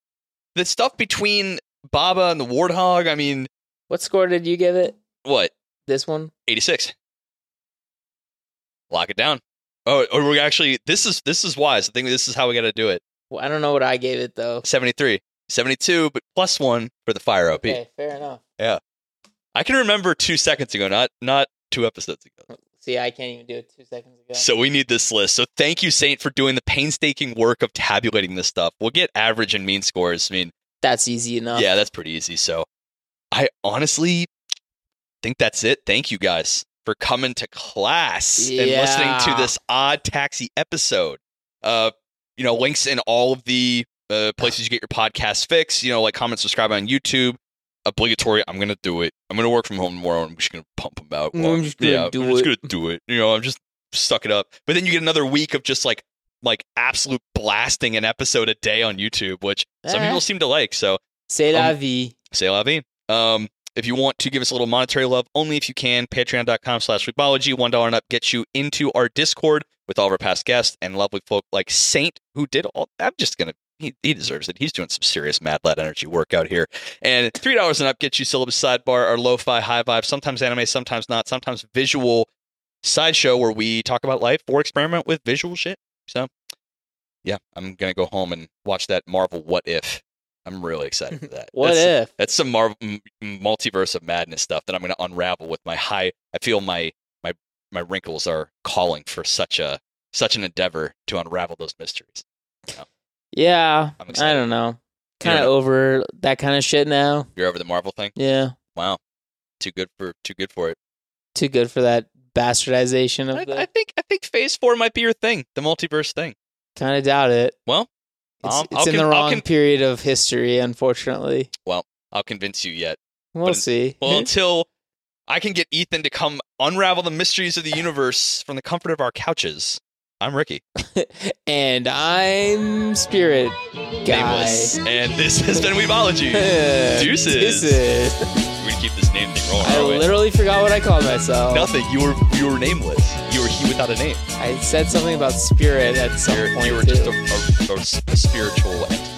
Speaker 2: the stuff between Baba and the Warthog. I mean,
Speaker 1: What score did you give it?
Speaker 2: what
Speaker 1: This one?
Speaker 2: eighty six? Lock it down. Oh, or we actually this is this is wise. I think this is how we got to do it.
Speaker 1: Well, I don't know what I gave it though.
Speaker 2: 73, 72, but plus one for the fire OP.
Speaker 1: Okay, fair enough.
Speaker 2: I can remember two seconds ago, not not two episodes ago.
Speaker 1: See, I can't even do it two seconds ago.
Speaker 2: So we need this list. So thank you, Saint, for doing the painstaking work of tabulating this stuff. We'll get average and mean scores. I mean,
Speaker 1: That's easy enough.
Speaker 2: yeah, that's pretty easy. So I honestly think that's it. Thank you guys for coming to class and
Speaker 1: Yeah.
Speaker 2: listening to this odd taxi episode. Uh, you know, links in all of the uh, places you get your podcast fix. You know, like comment, subscribe on YouTube. Obligatory. I'm gonna do it. I'm gonna work from home tomorrow. And I'm just gonna pump them out.
Speaker 1: Mm, I'm
Speaker 2: while-
Speaker 1: just gonna
Speaker 2: yeah,
Speaker 1: do
Speaker 2: I'm just
Speaker 1: it.
Speaker 2: gonna do it. You know, I'm just suck it up. But then you get another week of just like like absolute blasting an episode a day on YouTube, which some
Speaker 1: Eh.
Speaker 2: people seem to like. So
Speaker 1: C'est la
Speaker 2: Um,
Speaker 1: vie.
Speaker 2: say la vie. Um, if you want to give us a little monetary love, only if you can, patreon.com slash weebology, one dollar and up gets you into our Discord with all of our past guests and lovely folk like Saint, who did all I'm just gonna he, he deserves it. He's doing some serious mad lad energy work out here. And three dollars and up gets you syllabus sidebar, our lo-fi high vibe, sometimes anime, sometimes not, sometimes visual sideshow where we talk about life or experiment with visual shit. So yeah, I'm gonna go home and watch that Marvel What If. I'm really excited for that.
Speaker 1: What
Speaker 2: That's-
Speaker 1: if?
Speaker 2: that's some Marvel m- m- multiverse of madness stuff that I'm going to unravel with my high. I feel my my my wrinkles are calling for such a such an endeavor to unravel those mysteries.
Speaker 1: Yeah.
Speaker 2: I'm
Speaker 1: I
Speaker 2: excited.
Speaker 1: don't know.
Speaker 2: You're
Speaker 1: Kind of
Speaker 2: not-
Speaker 1: over that kind of shit now.
Speaker 2: You're over the Marvel thing.
Speaker 1: Yeah.
Speaker 2: Wow, too good for too good for it.
Speaker 1: Too good for that bastardization
Speaker 2: I,
Speaker 1: of the.
Speaker 2: I think I think Phase Four might be your thing, the multiverse thing.
Speaker 1: kind of doubt it.
Speaker 2: Well,
Speaker 1: it's,
Speaker 2: I'll-
Speaker 1: it's
Speaker 2: I'll
Speaker 1: in
Speaker 2: con-
Speaker 1: the
Speaker 2: I'll
Speaker 1: wrong
Speaker 2: con-
Speaker 1: period of history, unfortunately.
Speaker 2: I'll convince you yet.
Speaker 1: We'll
Speaker 2: But-
Speaker 1: see.
Speaker 2: Well, until I can get Ethan to come unravel the mysteries of the universe from the comfort of our couches. I'm Ricky.
Speaker 1: and I'm Spirit Guy.
Speaker 2: Nameless. And this has been Weebology. Deuces.
Speaker 1: Deuces.
Speaker 2: We're gonna keep this name thing rolling.
Speaker 1: I
Speaker 2: aren't we?
Speaker 1: literally forgot what I called myself.
Speaker 2: Nothing. You were you were nameless. You were he without a name.
Speaker 1: I said something about spirit at some
Speaker 2: You're-
Speaker 1: point.
Speaker 2: you were just
Speaker 1: too.
Speaker 2: a, a- a s- a spiritual entity.